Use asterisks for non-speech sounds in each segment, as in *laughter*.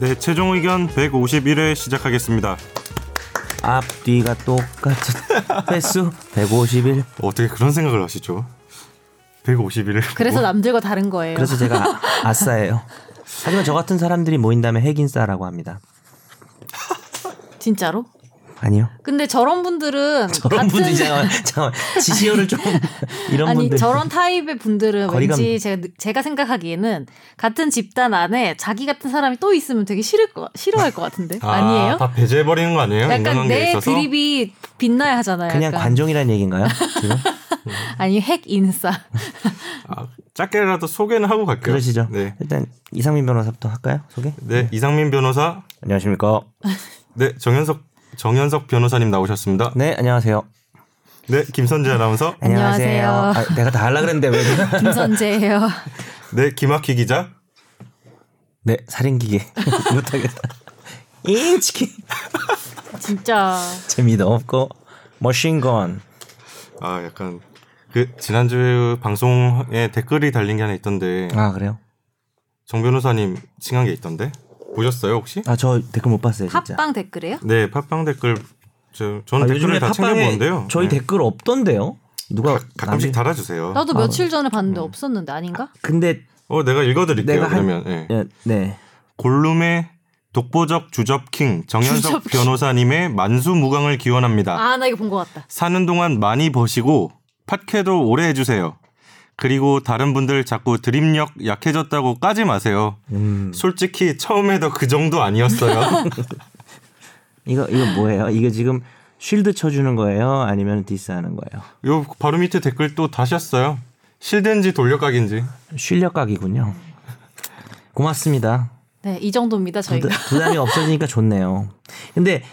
네, 최종 의견 151회 시작하겠습니다. 앞뒤가 똑같은 횟수 151. 어떻게 그런 생각을 하시죠? 뭐? 151을. 그래서 남들과 다른 거예요. 그래서 제가 아- 아싸예요. 하지만 저 같은 사람들이 모인다면 핵인싸라고 합니다. 진짜로? 아니요. 근데 저런 분들은 *laughs* 저런 같은 분들이 잠깐만, 잠깐만 지시어를 좀 이런 아니 분들 저런 타입의 분들은 거리감- 왠지 제가 느- 제가 생각하기에는 같은 집단 안에 자기 같은 사람이 또 있으면 되게 싫을 거 싫어할 *laughs* 것 같은데 아니에요? 다 배제해버리는 거 아니에요? 약간 인간관계에 내 있어서? 드립이 빛나야 하잖아요. 그냥 약간. 관종이란 얘기인가요? 지금 *laughs* 아니 핵 *laughs* 인싸. 아, 짧게라도 소개는 하고 갈게요. 그러시죠. 네. 일단 이상민 변호사부터 할까요? 소개. 네, 이상민 변호사. 안녕하십니까. 네, 정현석 정현석 변호사님 나오셨습니다. 네 안녕하세요. 네, 김선재 아나운서. 안녕하세요. 아, 내가 다 할라 그랬는데 왜? 그래? 김선재예요. *laughs* 네, 김학희 기자. 네 살인기계 *laughs* 못하겠다. 잉 치킨 진짜 재미도 없고 머신건 아, 약간 그 지난주 방송에 댓글이 달린 게 하나 있던데 아 그래요? 정 변호사님 칭한 게 있던데 보셨어요 혹시? 아 저 댓글 못 봤어요 진짜. 팟빵 댓글이에요? 네, 팟빵 댓글 저 저는 아, 댓글을 다 팟빵에 챙겨보는데요. 저희 네. 댓글 없던데요? 누가 가, 끔씩 남기- 달아주세요. 나도 며칠 전에 봤는데 음. 없었는데 아닌가? 근데 어, 내가 읽어드릴게요. 내가 한- 그러면 예. 예, 네. 골룸의 독보적 주접킹 정현석 주접킹. 변호사님의 만수무강을 기원합니다. 아 나 이거 본 것 같다. 사는 동안 많이 버시고 팟캐도 오래 해주세요. 그리고 다른 분들 자꾸 드립력 약해졌다고 까지 마세요. 음. 솔직히 처음에도 그 정도 *laughs* 아니었어요. 이거 이거 뭐예요? 이거 지금 쉴드 쳐주는 거예요? 아니면 디스하는 거예요? 요 바로 밑에 댓글 또 다셨어요. 실된지 돌려각인지. 실력각이군요. 고맙습니다. 네 이 정도입니다 저희가. 부담- 부담이 없어지니까 좋네요. 근데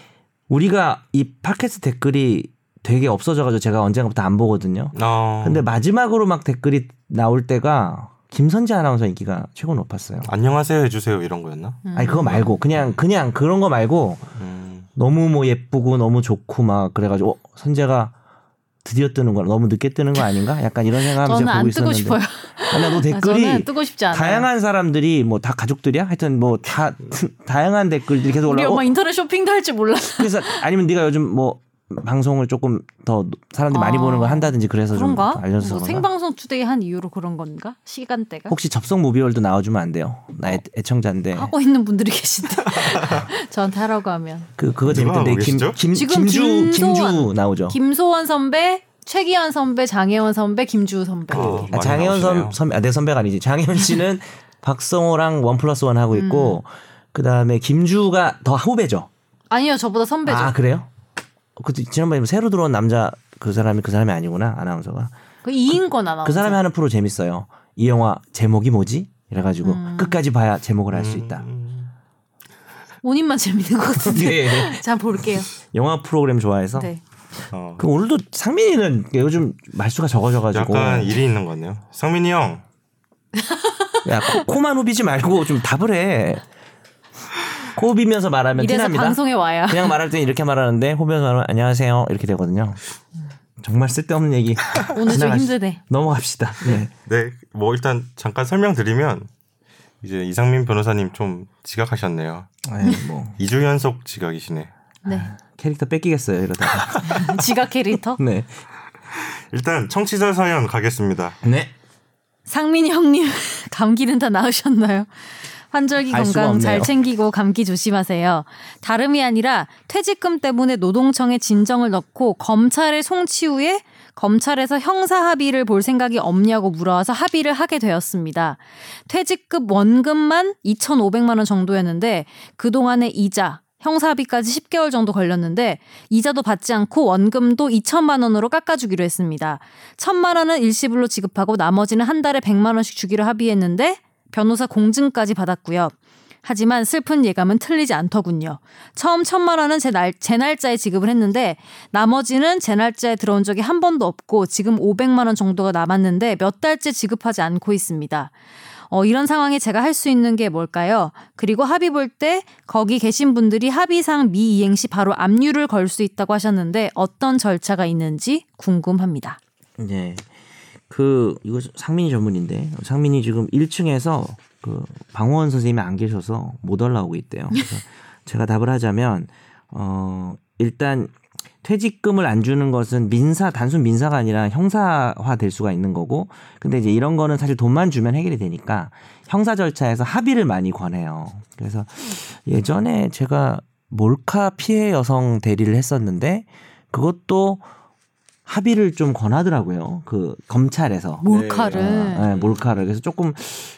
우리가 이 팟캐스트 댓글이 되게 없어져가지고 제가 언젠가부터 안 보거든요. 어, 근데 마지막으로 막 댓글이 나올 때가 김선재 아나운서 인기가 최고 높았어요. 안녕하세요 해주세요 이런 거였나? 아니 그거 말고 그냥 그냥 그런 거 말고 음, 너무 뭐 예쁘고 너무 좋고 막 그래가지고 어, 선재가 드디어 뜨는 거 너무 늦게 뜨는 거 아닌가? 약간 이런 생각하면서 저는 보고 안 뜨고 있었는데. 싶어요. 아니, 너 댓글이 저는 뜨고 싶지 않아요. 다양한 사람들이 뭐 다 가족들이야? 하여튼 뭐 다 다양한 댓글들이 계속 우리 올라오고 엄마 인터넷 쇼핑도 할 줄 몰랐어. 그래서 아니면 네가 요즘 뭐 방송을 조금 더 사람들이 많이 아, 보는 걸 한다든지 그래서 좀 그런가? 그러니까 알려줘서 뭐 그런가? 생방송 투데이 한 이유로 그런 건가? 시간대가? 혹시 접속 무비월도 나와주면 안 돼요? 나 애, 애청자인데 *laughs* 하고 있는 분들이 계신데 *laughs* 저한테 하라고 하면 그 그거 누가 재밌던데 하고 계시죠? 김김 지금 김주 김주 김소원. 나오죠? 김소원 선배, 최기현 선배, 장혜원 선배, 김주우 선배. 어. 아, 많이 장혜원 나오시네요. 선, 선배, 아, 내 선배가 아니지. *laughs* 장혜원 씨는 박성호랑 원 플러스 원 하고 있고, 그 다음에 김주가 더 후배죠. 아니요 저보다 선배죠. 아, 그래요? 그, 지난번에 새로 들어온 남자 그 사람이 그 사람이 아니구나, 아나운서가. 그 이인권 아나운서. 그 사람이 하는 프로 재밌어요. 이 영화 제목이 뭐지? 이래가지고 음. 끝까지 봐야 제목을 알 수 있다. 음. 본인만 *laughs* 재밌는 것 같은데. 예, 예. 자 볼게요. 영화 프로그램 좋아해서. 네. 어, 그 오늘도 상민이는 요즘 말수가 적어져가지고 약간 일이 있는 것 같네요. 상민이 형. 야 코, 코만 후비지 말고 좀 답을 해. 코 비면서 말하면 이래서 티납니다. 방송에 와야. 그냥 말할 땐 이렇게 말하는데 호변 말하면 안녕하세요 이렇게 되거든요. 정말 쓸데없는 얘기. *laughs* 오늘 좀 지나가시- 힘드네. 넘어갑시다. 네. 네, 뭐 일단 잠깐 설명드리면 이제 이상민 변호사님 좀 지각하셨네요. 아유, 뭐 2주 연속 지각이시네. 네. 캐릭터 뺏기겠어요 이러다가. 지각 캐릭터 네. 일단 청취자 사연 가겠습니다. 네. 상민 형님 *laughs* 감기는 다 나으셨나요? 환절기 알 수가 건강 없네요. 잘 챙기고 감기 조심하세요. 다름이 아니라 퇴직금 때문에 노동청에 진정을 넣고 검찰에 송치 후에 검찰에서 형사 합의를 볼 생각이 없냐고 물어와서 합의를 하게 되었습니다. 퇴직급 원금만 2,500만 원 정도였는데 그동안의 이자 형사합의까지 10개월 정도 걸렸는데 이자도 받지 않고 원금도 2천만 원으로 깎아주기로 했습니다. 천만 원은 일시불로 지급하고 나머지는 한 달에 100만 원씩 주기로 합의했는데 변호사 공증까지 받았고요. 하지만 슬픈 예감은 틀리지 않더군요. 처음 천만 원은 제, 날, 제 날짜에 지급을 했는데 나머지는 제 날짜에 들어온 적이 한 번도 없고 지금 500만 원 정도가 남았는데 몇 달째 지급하지 않고 있습니다. 어, 이런 상황에 제가 할 수 있는 게 뭘까요? 그리고 합의 볼 때 거기 계신 분들이 합의상 미이행 시 바로 압류를 걸 수 있다고 하셨는데 어떤 절차가 있는지 궁금합니다. 네. 그 이거 상민이 전문인데 상민이 지금 1층에서 그 방원 선생님이 안 계셔서 못 올라오고 있대요. 그래서 제가 답을 하자면 어 일단 퇴직금을 안 주는 것은 민사 단순 민사가 아니라 형사화 될 수가 있는 거고 근데 이제 이런 거는 사실 돈만 주면 해결이 되니까 형사 절차에서 합의를 많이 권해요. 그래서 예전에 제가 몰카 피해 여성 대리를 했었는데 그것도 합의를 좀 권하더라고요. 그 검찰에서 몰카를. 아, 네, 몰카를. 그래서 조금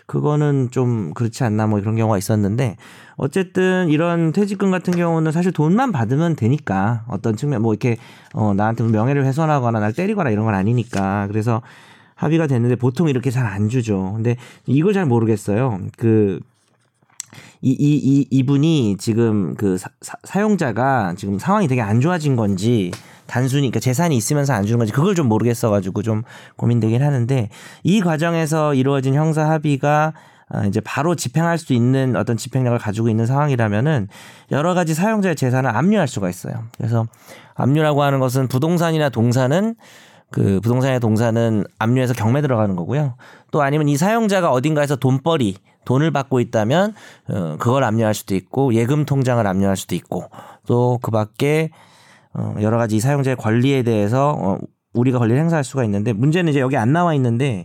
그거는 좀 그렇지 않나 뭐 이런 경우가 있었는데 어쨌든 이런 퇴직금 같은 경우는 사실 돈만 받으면 되니까 어떤 측면 뭐 이렇게 어 나한테 뭐 명예를 훼손하거나 날 때리거나 이런 건 아니니까 그래서 합의가 됐는데 보통 이렇게 잘 안 주죠. 근데 이걸 잘 모르겠어요. 그 이, 이, 이, 이분이 지금 그 사, 용자가 지금 상황이 되게 안 좋아진 건지 단순히 그러니까 재산이 있으면서 안 주는 건지 그걸 좀 모르겠어가지고 좀 고민되긴 하는데 이 과정에서 이루어진 형사 합의가 아, 이제 바로 집행할 수 있는 어떤 집행력을 가지고 있는 상황이라면은 여러 가지 사용자의 재산을 압류할 수가 있어요. 그래서 압류라고 하는 것은 부동산이나 동산은 그 부동산의 동산은 압류해서 경매 들어가는 거고요. 또 아니면 이 사용자가 어딘가에서 돈벌이 돈을 받고 있다면 어, 그걸 압류할 수도 있고 예금 통장을 압류할 수도 있고 또 그 밖에 어, 여러 가지 이 사용자의 권리에 대해서 어, 우리가 권리를 행사할 수가 있는데 문제는 이제 여기 안 나와 있는데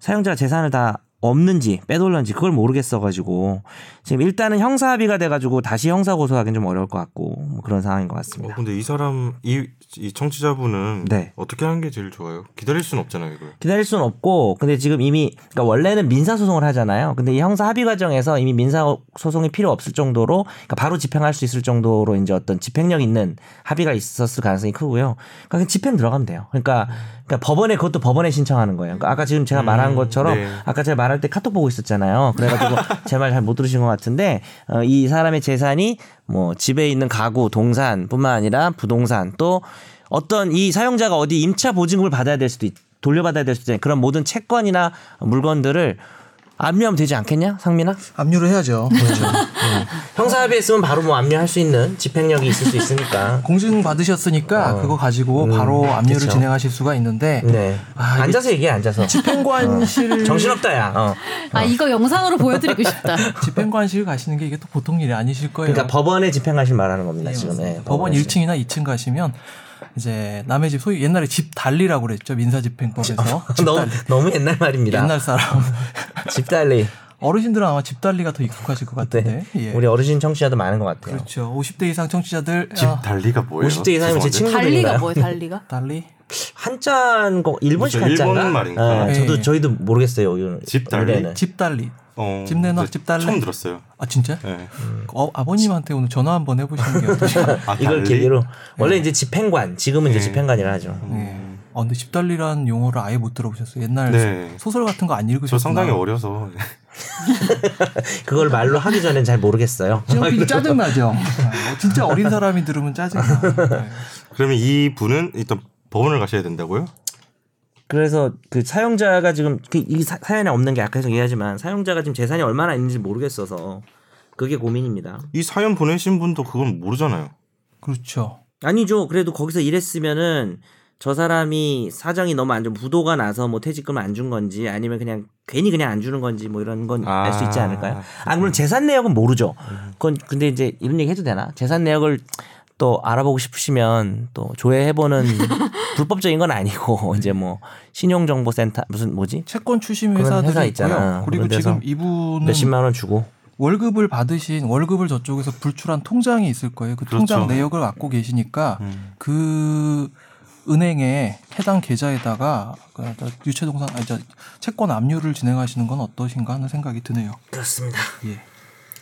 사용자가 재산을 다 없는지 빼돌렸는지 그걸 모르겠어 가지고 지금 일단은 형사 합의가 돼 가지고 다시 형사 고소하기는 좀 어려울 것 같고 뭐 그런 상황인 것 어, 같습니다. 근데 이 사람 이, 이 청취자분은 네. 어떻게 하는 게 제일 좋아요? 기다릴 수는 없잖아요, 이걸. 기다릴 수는 없고 근데 지금 이미 그러니까 원래는 민사 소송을 하잖아요. 근데 이 형사 합의 과정에서 이미 민사 소송이 필요 없을 정도로 그러니까 바로 집행할 수 있을 정도로 이제 어떤 집행력 있는 합의가 있었을 가능성이 크고요. 그러니까 그냥 집행 들어가면 돼요. 그러니까, 그러니까 법원에 그것도 법원에 신청하는 거예요. 그러니까 아까 지금 제가 말한 것처럼 네. 아까 제가 말할 때 카톡 보고 있었잖아요. *laughs* 그래가지고 제 말 잘 못 들으신 것 같은데 어, 이 사람의 재산이 뭐 집에 있는 가구, 동산뿐만 아니라 부동산 또 어떤 이 사용자가 어디 임차 보증금을 받아야 될 수도 있, 돌려받아야 될 수도 있잖아요. 그런 모든 채권이나 물건들을 압류하면 되지 않겠냐, 상민아? 압류를 해야죠. 그렇죠. 형사합의했으면 바로 뭐 압류할 수 있는 집행력이 있을 수 있으니까. *laughs* 공증 어. 받으셨으니까 그거 음, 가지고 바로 압류를 진행하실 수가 있는데 *laughs* 네. 아, 이게 앉아서 얘기해, 앉아서. 집행관실 정신없다, 야. 어. 아 이거 영상으로 *laughs* 보여드리고 싶다. 집행관실 가시는 게 이게 또 보통 일이 아니실 거예요. 그러니까 법원에 집행하실 말하는 겁니다, 지금. 예, 법원 법원에 1층이나 2층 가시면 이제 남의 집 소위 옛날에 집 달리라고 그랬죠 민사집행법에서 집 어, 너무, 달리. 너무 옛날 말입니다. 옛날 사람 *laughs* 집달리. 어르신들은 아마 집 달리가 더 익숙하실 것 같은데 네. 예. 우리 어르신 청취자도 많은 것 같아요. 그렇죠 50대 이상 청취자들 집 아, 달리가 뭐예요? 50대 이상이면 죄송한데. 제 친구 달리가 뭐예요? 달리가? 달리 한자인 거 일본식 무슨 그렇죠. 일본 한자인가? 말인가? 아, 예. 저도 저희도 모르겠어요. 이거는. 집 달리? 원래는. 집 달리 어, 집 내놔, 이제 집 달래. 처음 들었어요. 아 진짜 네. 어, 아버님한테 오늘 전화 한번 해보시는 게 *laughs* 어떠실까요? 아, 이걸 달리? 계기로 원래 이제 집행관 지금은 이제 예. 집행관이라 하죠. 예. 아, 근데 집달리라는 용어를 아예 못 들어보셨어요. 옛날 네. 소설 같은 거 안 저 읽으셨어요? 상당히 아. 어려서 *laughs* 그걸 말로 하기 전엔 잘 모르겠어요. *laughs* 짜증나죠. 아, 진짜 어린 사람이 들으면 짜증나. 네. 그러면 이 분은 일단 법원을 가셔야 된다고요? 그래서 그 사용자가 지금 그 이 사- 사연에 없는 게 아까 계속 얘기하지만 사용자가 지금 재산이 얼마나 있는지 모르겠어서 그게 고민입니다. 이 사연 보내신 분도 그건 모르잖아요. 그렇죠. 아니죠. 그래도 거기서 일했으면은 저 사람이 사정이 너무 안 좋은 부도가 나서 뭐 퇴직금을 안 준 건지 아니면 그냥 괜히 그냥 안 주는 건지 뭐 이런 건 알 수 있지 아, 않을까요? 아 물론 재산 내역은 모르죠. 음. 그건 근데 이제 이런 얘기 해도 되나? 재산 내역을 또 알아보고 싶으시면 또 *laughs* 조회해보는 불법적인 건 아니고 이제 뭐 신용정보센터 무슨 뭐지 채권 추심 그런 회사들이 회사 있고요. 있잖아. 그리고 그런 데서 지금 이분은 몇십만 원 주고 월급을 받으신 월급을 저쪽에서 불출한 통장이 있을 거예요. 그 통장 그렇죠. 내역을 갖고 계시니까 음. 그 은행에 해당 계좌에다가 그 유체동산 아니 저 채권 압류를 진행하시는 건 어떠신가 하는 생각이 드네요. 그렇습니다. 예.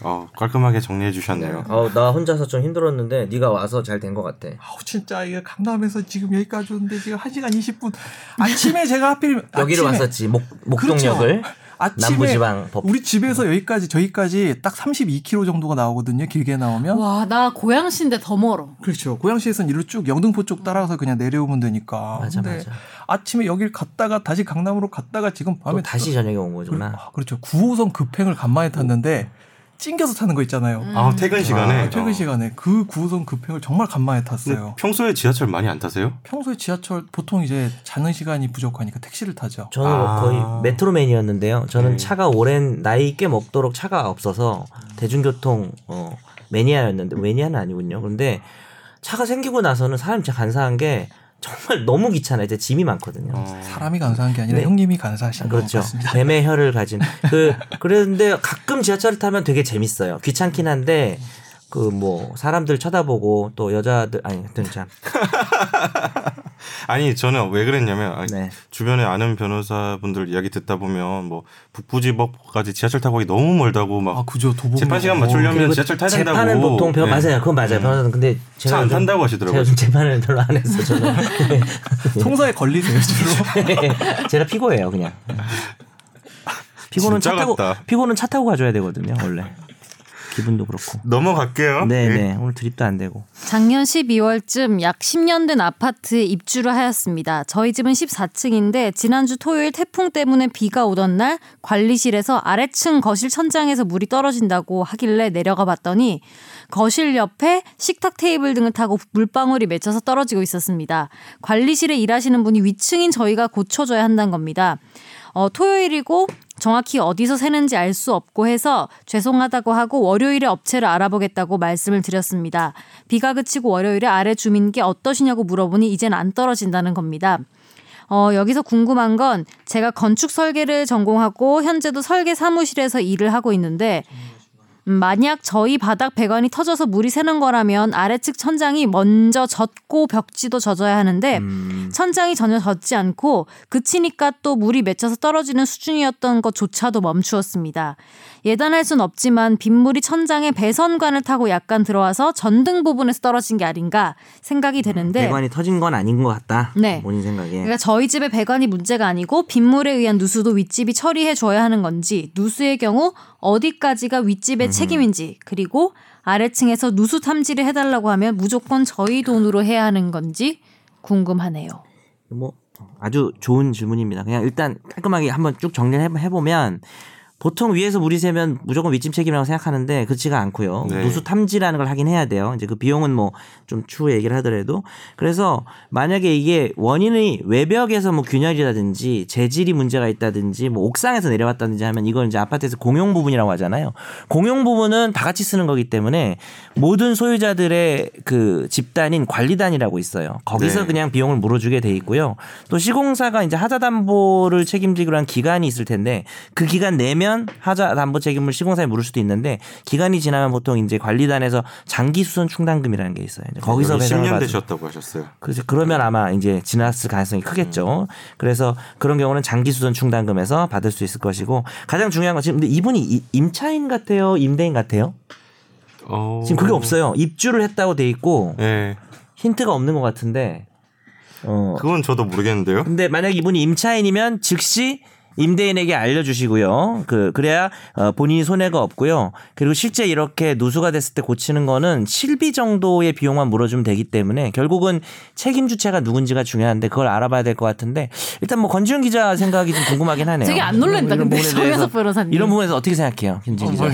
어, 깔끔하게 정리해 주셨네요. 어나 혼자서 좀 힘들었는데 네가 와서 잘 된 것 같아. 아우 진짜 이게 강남에서 지금 여기까지 오는데 지금 1시간 20분 아침에 제가 하필 *laughs* 여기를 아침에 그렇죠. 왔었지 목 목동역을 아침에 남부지방 법- 음. 우리 집에서 여기까지 저기까지 딱 32km 정도가 나오거든요. 길게 나오면. 와 나 고양시인데 더 멀어. 그렇죠. 고양시에선 이리로 쭉 영등포 쪽 따라가서 그냥 내려오면 되니까. 맞아, 근데 맞아. 아침에 여길 갔다가 다시 강남으로 갔다가 지금 또 밤에 음. 다시 저녁에 온 거구나. 아, 그렇죠. 9호선 급행을 간만에 탔는데 찡겨서 타는 거 있잖아요. 아 음. 퇴근 시간에 네. 아, 퇴근 시간에 그 구호선 급행을 정말 간만에 근데 탔어요. 평소에 지하철 많이 안 타세요? 평소에 지하철 보통 이제 자는 시간이 부족하니까 택시를 타죠. 저는 아. 거의 메트로맨이었는데요. 저는 네. 차가 오랜 나이 꽤 먹도록 차가 없어서 대중교통 어, 매니아였는데 매니아는 아니군요. 그런데 차가 생기고 나서는 사람 진짜 간사한 게 정말 너무 귀찮아요. 이제 짐이 많거든요. 어. 사람이 간사한 게 아니라 네. 형님이 간사하신 것 그렇죠. 같습니다. 뱀의 혀를 가진. 그 그런데 가끔 지하철을 타면 되게 재밌어요. 귀찮긴 한데 그 뭐 사람들 쳐다보고 또 여자들 아니 하여튼 참. 아니 저는 왜 그랬냐면 아니, 네. 주변에 아는 변호사분들 이야기 듣다 보면 뭐 북부지법까지 지하철 타고 가기 너무 멀다고 막 어, 아 그죠 도보 재판 시간 맞추려면 그리고 지하철 타야 된다고 재판은 보통 변 네. 맞아요. 그건 맞아요. 변호사는 근데 차 제가 안 요즘- 탄다고 제가 하시더라고요. 요즘 재판을 별로 안 했어 저는. *laughs* 송사에 걸리세요 *laughs* 주로. 제가 피고예요 그냥. 피고는 차 진짜 타고 같다. 피고는 차 타고 가줘야 되거든요 원래. 기분도 그렇고. 넘어갈게요. 예. 네네 오늘 드립도 안 되고. 작년 12월쯤 약 10년 된 아파트에 입주를 하였습니다. 저희 집은 14층인데 지난주 토요일 태풍 때문에 비가 오던 날 관리실에서 아래층 거실 천장에서 물이 떨어진다고 하길래 내려가 봤더니 거실 옆에 식탁 테이블 등을 타고 물방울이 맺혀서 떨어지고 있었습니다. 관리실에 일하시는 분이 위층인 저희가 고쳐줘야 한다는 겁니다. 어, 토요일이고 정확히 어디서 새는지 알 수 없고 해서 죄송하다고 하고 월요일에 업체를 알아보겠다고 말씀을 드렸습니다. 비가 그치고 월요일에 아래 주민께 어떠시냐고 물어보니 이젠 안 떨어진다는 겁니다. 어, 여기서 궁금한 건 제가 건축 설계를 전공하고 현재도 설계 사무실에서 일을 하고 있는데 음, 만약 저희 바닥 배관이 터져서 물이 새는 거라면 아래측 천장이 먼저 젖고 벽지도 젖어야 하는데 음. 천장이 전혀 젖지 않고 그치니까 또 물이 맺혀서 떨어지는 수준이었던 것조차도 멈추었습니다. 예단할 순 없지만 빗물이 천장의 배선관을 타고 약간 들어와서 전등 부분에서 떨어진 게 아닌가 생각이 되는데 음, 배관이 터진 건 아닌 것 같다. 네. 본인 생각에. 그러니까 저희 집의 배관이 문제가 아니고 빗물에 의한 누수도 윗집이 처리해 줘야 하는 건지 누수의 경우 어디까지가 윗집의 책임인지 그리고 아래층에서 누수 탐지를 해달라고 하면 무조건 저희 돈으로 해야 하는 건지 궁금하네요. 뭐 아주 좋은 질문입니다. 그냥 일단 깔끔하게 한번 쭉 정리를 해 보면 보통 위에서 물이 새면 무조건 윗집 책임이라고 생각하는데 그렇지가 않고요. 네. 누수 탐지라는 걸 하긴 해야 돼요. 이제 그 비용은 뭐 좀 추후 얘기를 하더라도 그래서 만약에 이게 원인이 외벽에서 뭐 균열이라든지 재질이 문제가 있다든지 뭐 옥상에서 내려왔다든지 하면 이건 이제 아파트에서 공용 부분이라고 하잖아요. 공용 부분은 다 같이 쓰는 거기 때문에 모든 소유자들의 그 집단인 관리단이라고 있어요. 거기서 네. 그냥 그냥 비용을 물어주게 돼 있고요. 또 시공사가 이제 하자담보를 책임지기로 한 기간이 있을 텐데 그 기간 내면 하자담보 책임을 시공사에 물을 수도 있는데 기간이 지나면 보통 이제 관리단에서 장기 수선 충당금이라는 게 있어요. 이제 거기서 여기 배상을 10년 받은. 되셨다고 하셨어요. 그래서 그러면 아마 이제 지났을 가능성이 크겠죠. 그래서 그런 경우는 장기 수선 충당금에서 받을 수 있을 것이고 가장 중요한 건 지금 근데 이분이 이- 임차인 같아요, 임대인 같아요? 어... 지금 그게 없어요. 입주를 했다고 돼 있고 예. 힌트가 없는 것 같은데. 네. 어, 그건 저도 모르겠는데요. 근데 만약 이분이 임차인이면 즉시 임대인에게 알려주시고요. 그 그래야 어, 본인이 손해가 없고요. 그리고 실제 이렇게 누수가 됐을 때 고치는 거는 실비 정도의 비용만 물어주면 되기 때문에 결국은 책임 주체가 누군지가 중요한데 그걸 알아봐야 될 것 같은데 일단 뭐 권지훈 기자 생각이 좀 궁금하긴 하네요. 되게 안 놀란다, 이런 근데 부분에 정현석 대해서- 변호사님. 이런 부분에서 어떻게 생각해요, 김지훈 기자?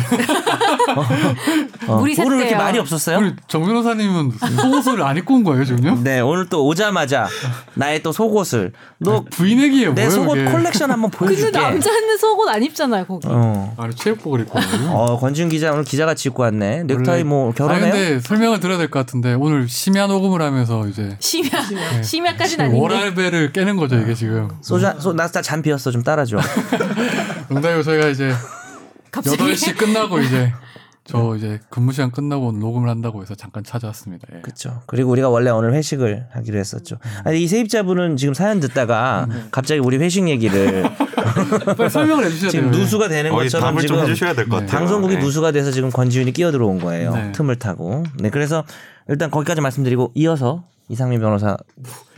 어, 물이 오늘 왜 이렇게 샜대요. 말이 없었어요? 우리 정 변호사님은 속옷을 안 입고 온 거예요 지금요? 네, 오늘 또 오자마자 나의 또 속옷을 너 부인 얘기예요 내 뭐예요 네, 속옷 이게? collection 한번 근데 보여줄게. 남자는 속옷 안 입잖아요, 거기. 어. 아니 체육복을 입고 왔어요 어 권지훈 기자 오늘 기자같이 입고 왔네. 넥타이 원래- 뭐 아니, 결혼해요? 근데 설명을 드려야 될 것 같은데 오늘 심야 녹음을 하면서 이제 그 심야, 네. 심야까지는 아닌데. 워랄벨을 깨는 거죠 이게 지금 소주 나잔 비었어 좀 따라줘. 농담이고 저희가 이제 갑자기 8시 *laughs* 끝나고 이제 저 이제 근무 시간 끝나고 오늘 녹음을 한다고 해서 잠깐 찾아왔습니다 예. 그렇죠. 그리고 우리가 원래 오늘 회식을 하기로 했었죠. 아니 이 세입자분은 지금 사연 듣다가 갑자기 우리 회식 얘기를 빨리 설명을 해주셔야 돼요 지금 누수가 되는 거기 네, 것처럼 답을 좀 지금 해주셔야 될 것 네. 같아요. 방송국이 네. 누수가 돼서 지금 권지훈이 끼어 들어온 거예요. 네. 틈을 타고. 네 그래서 일단 거기까지 말씀드리고 이어서 이상민 변호사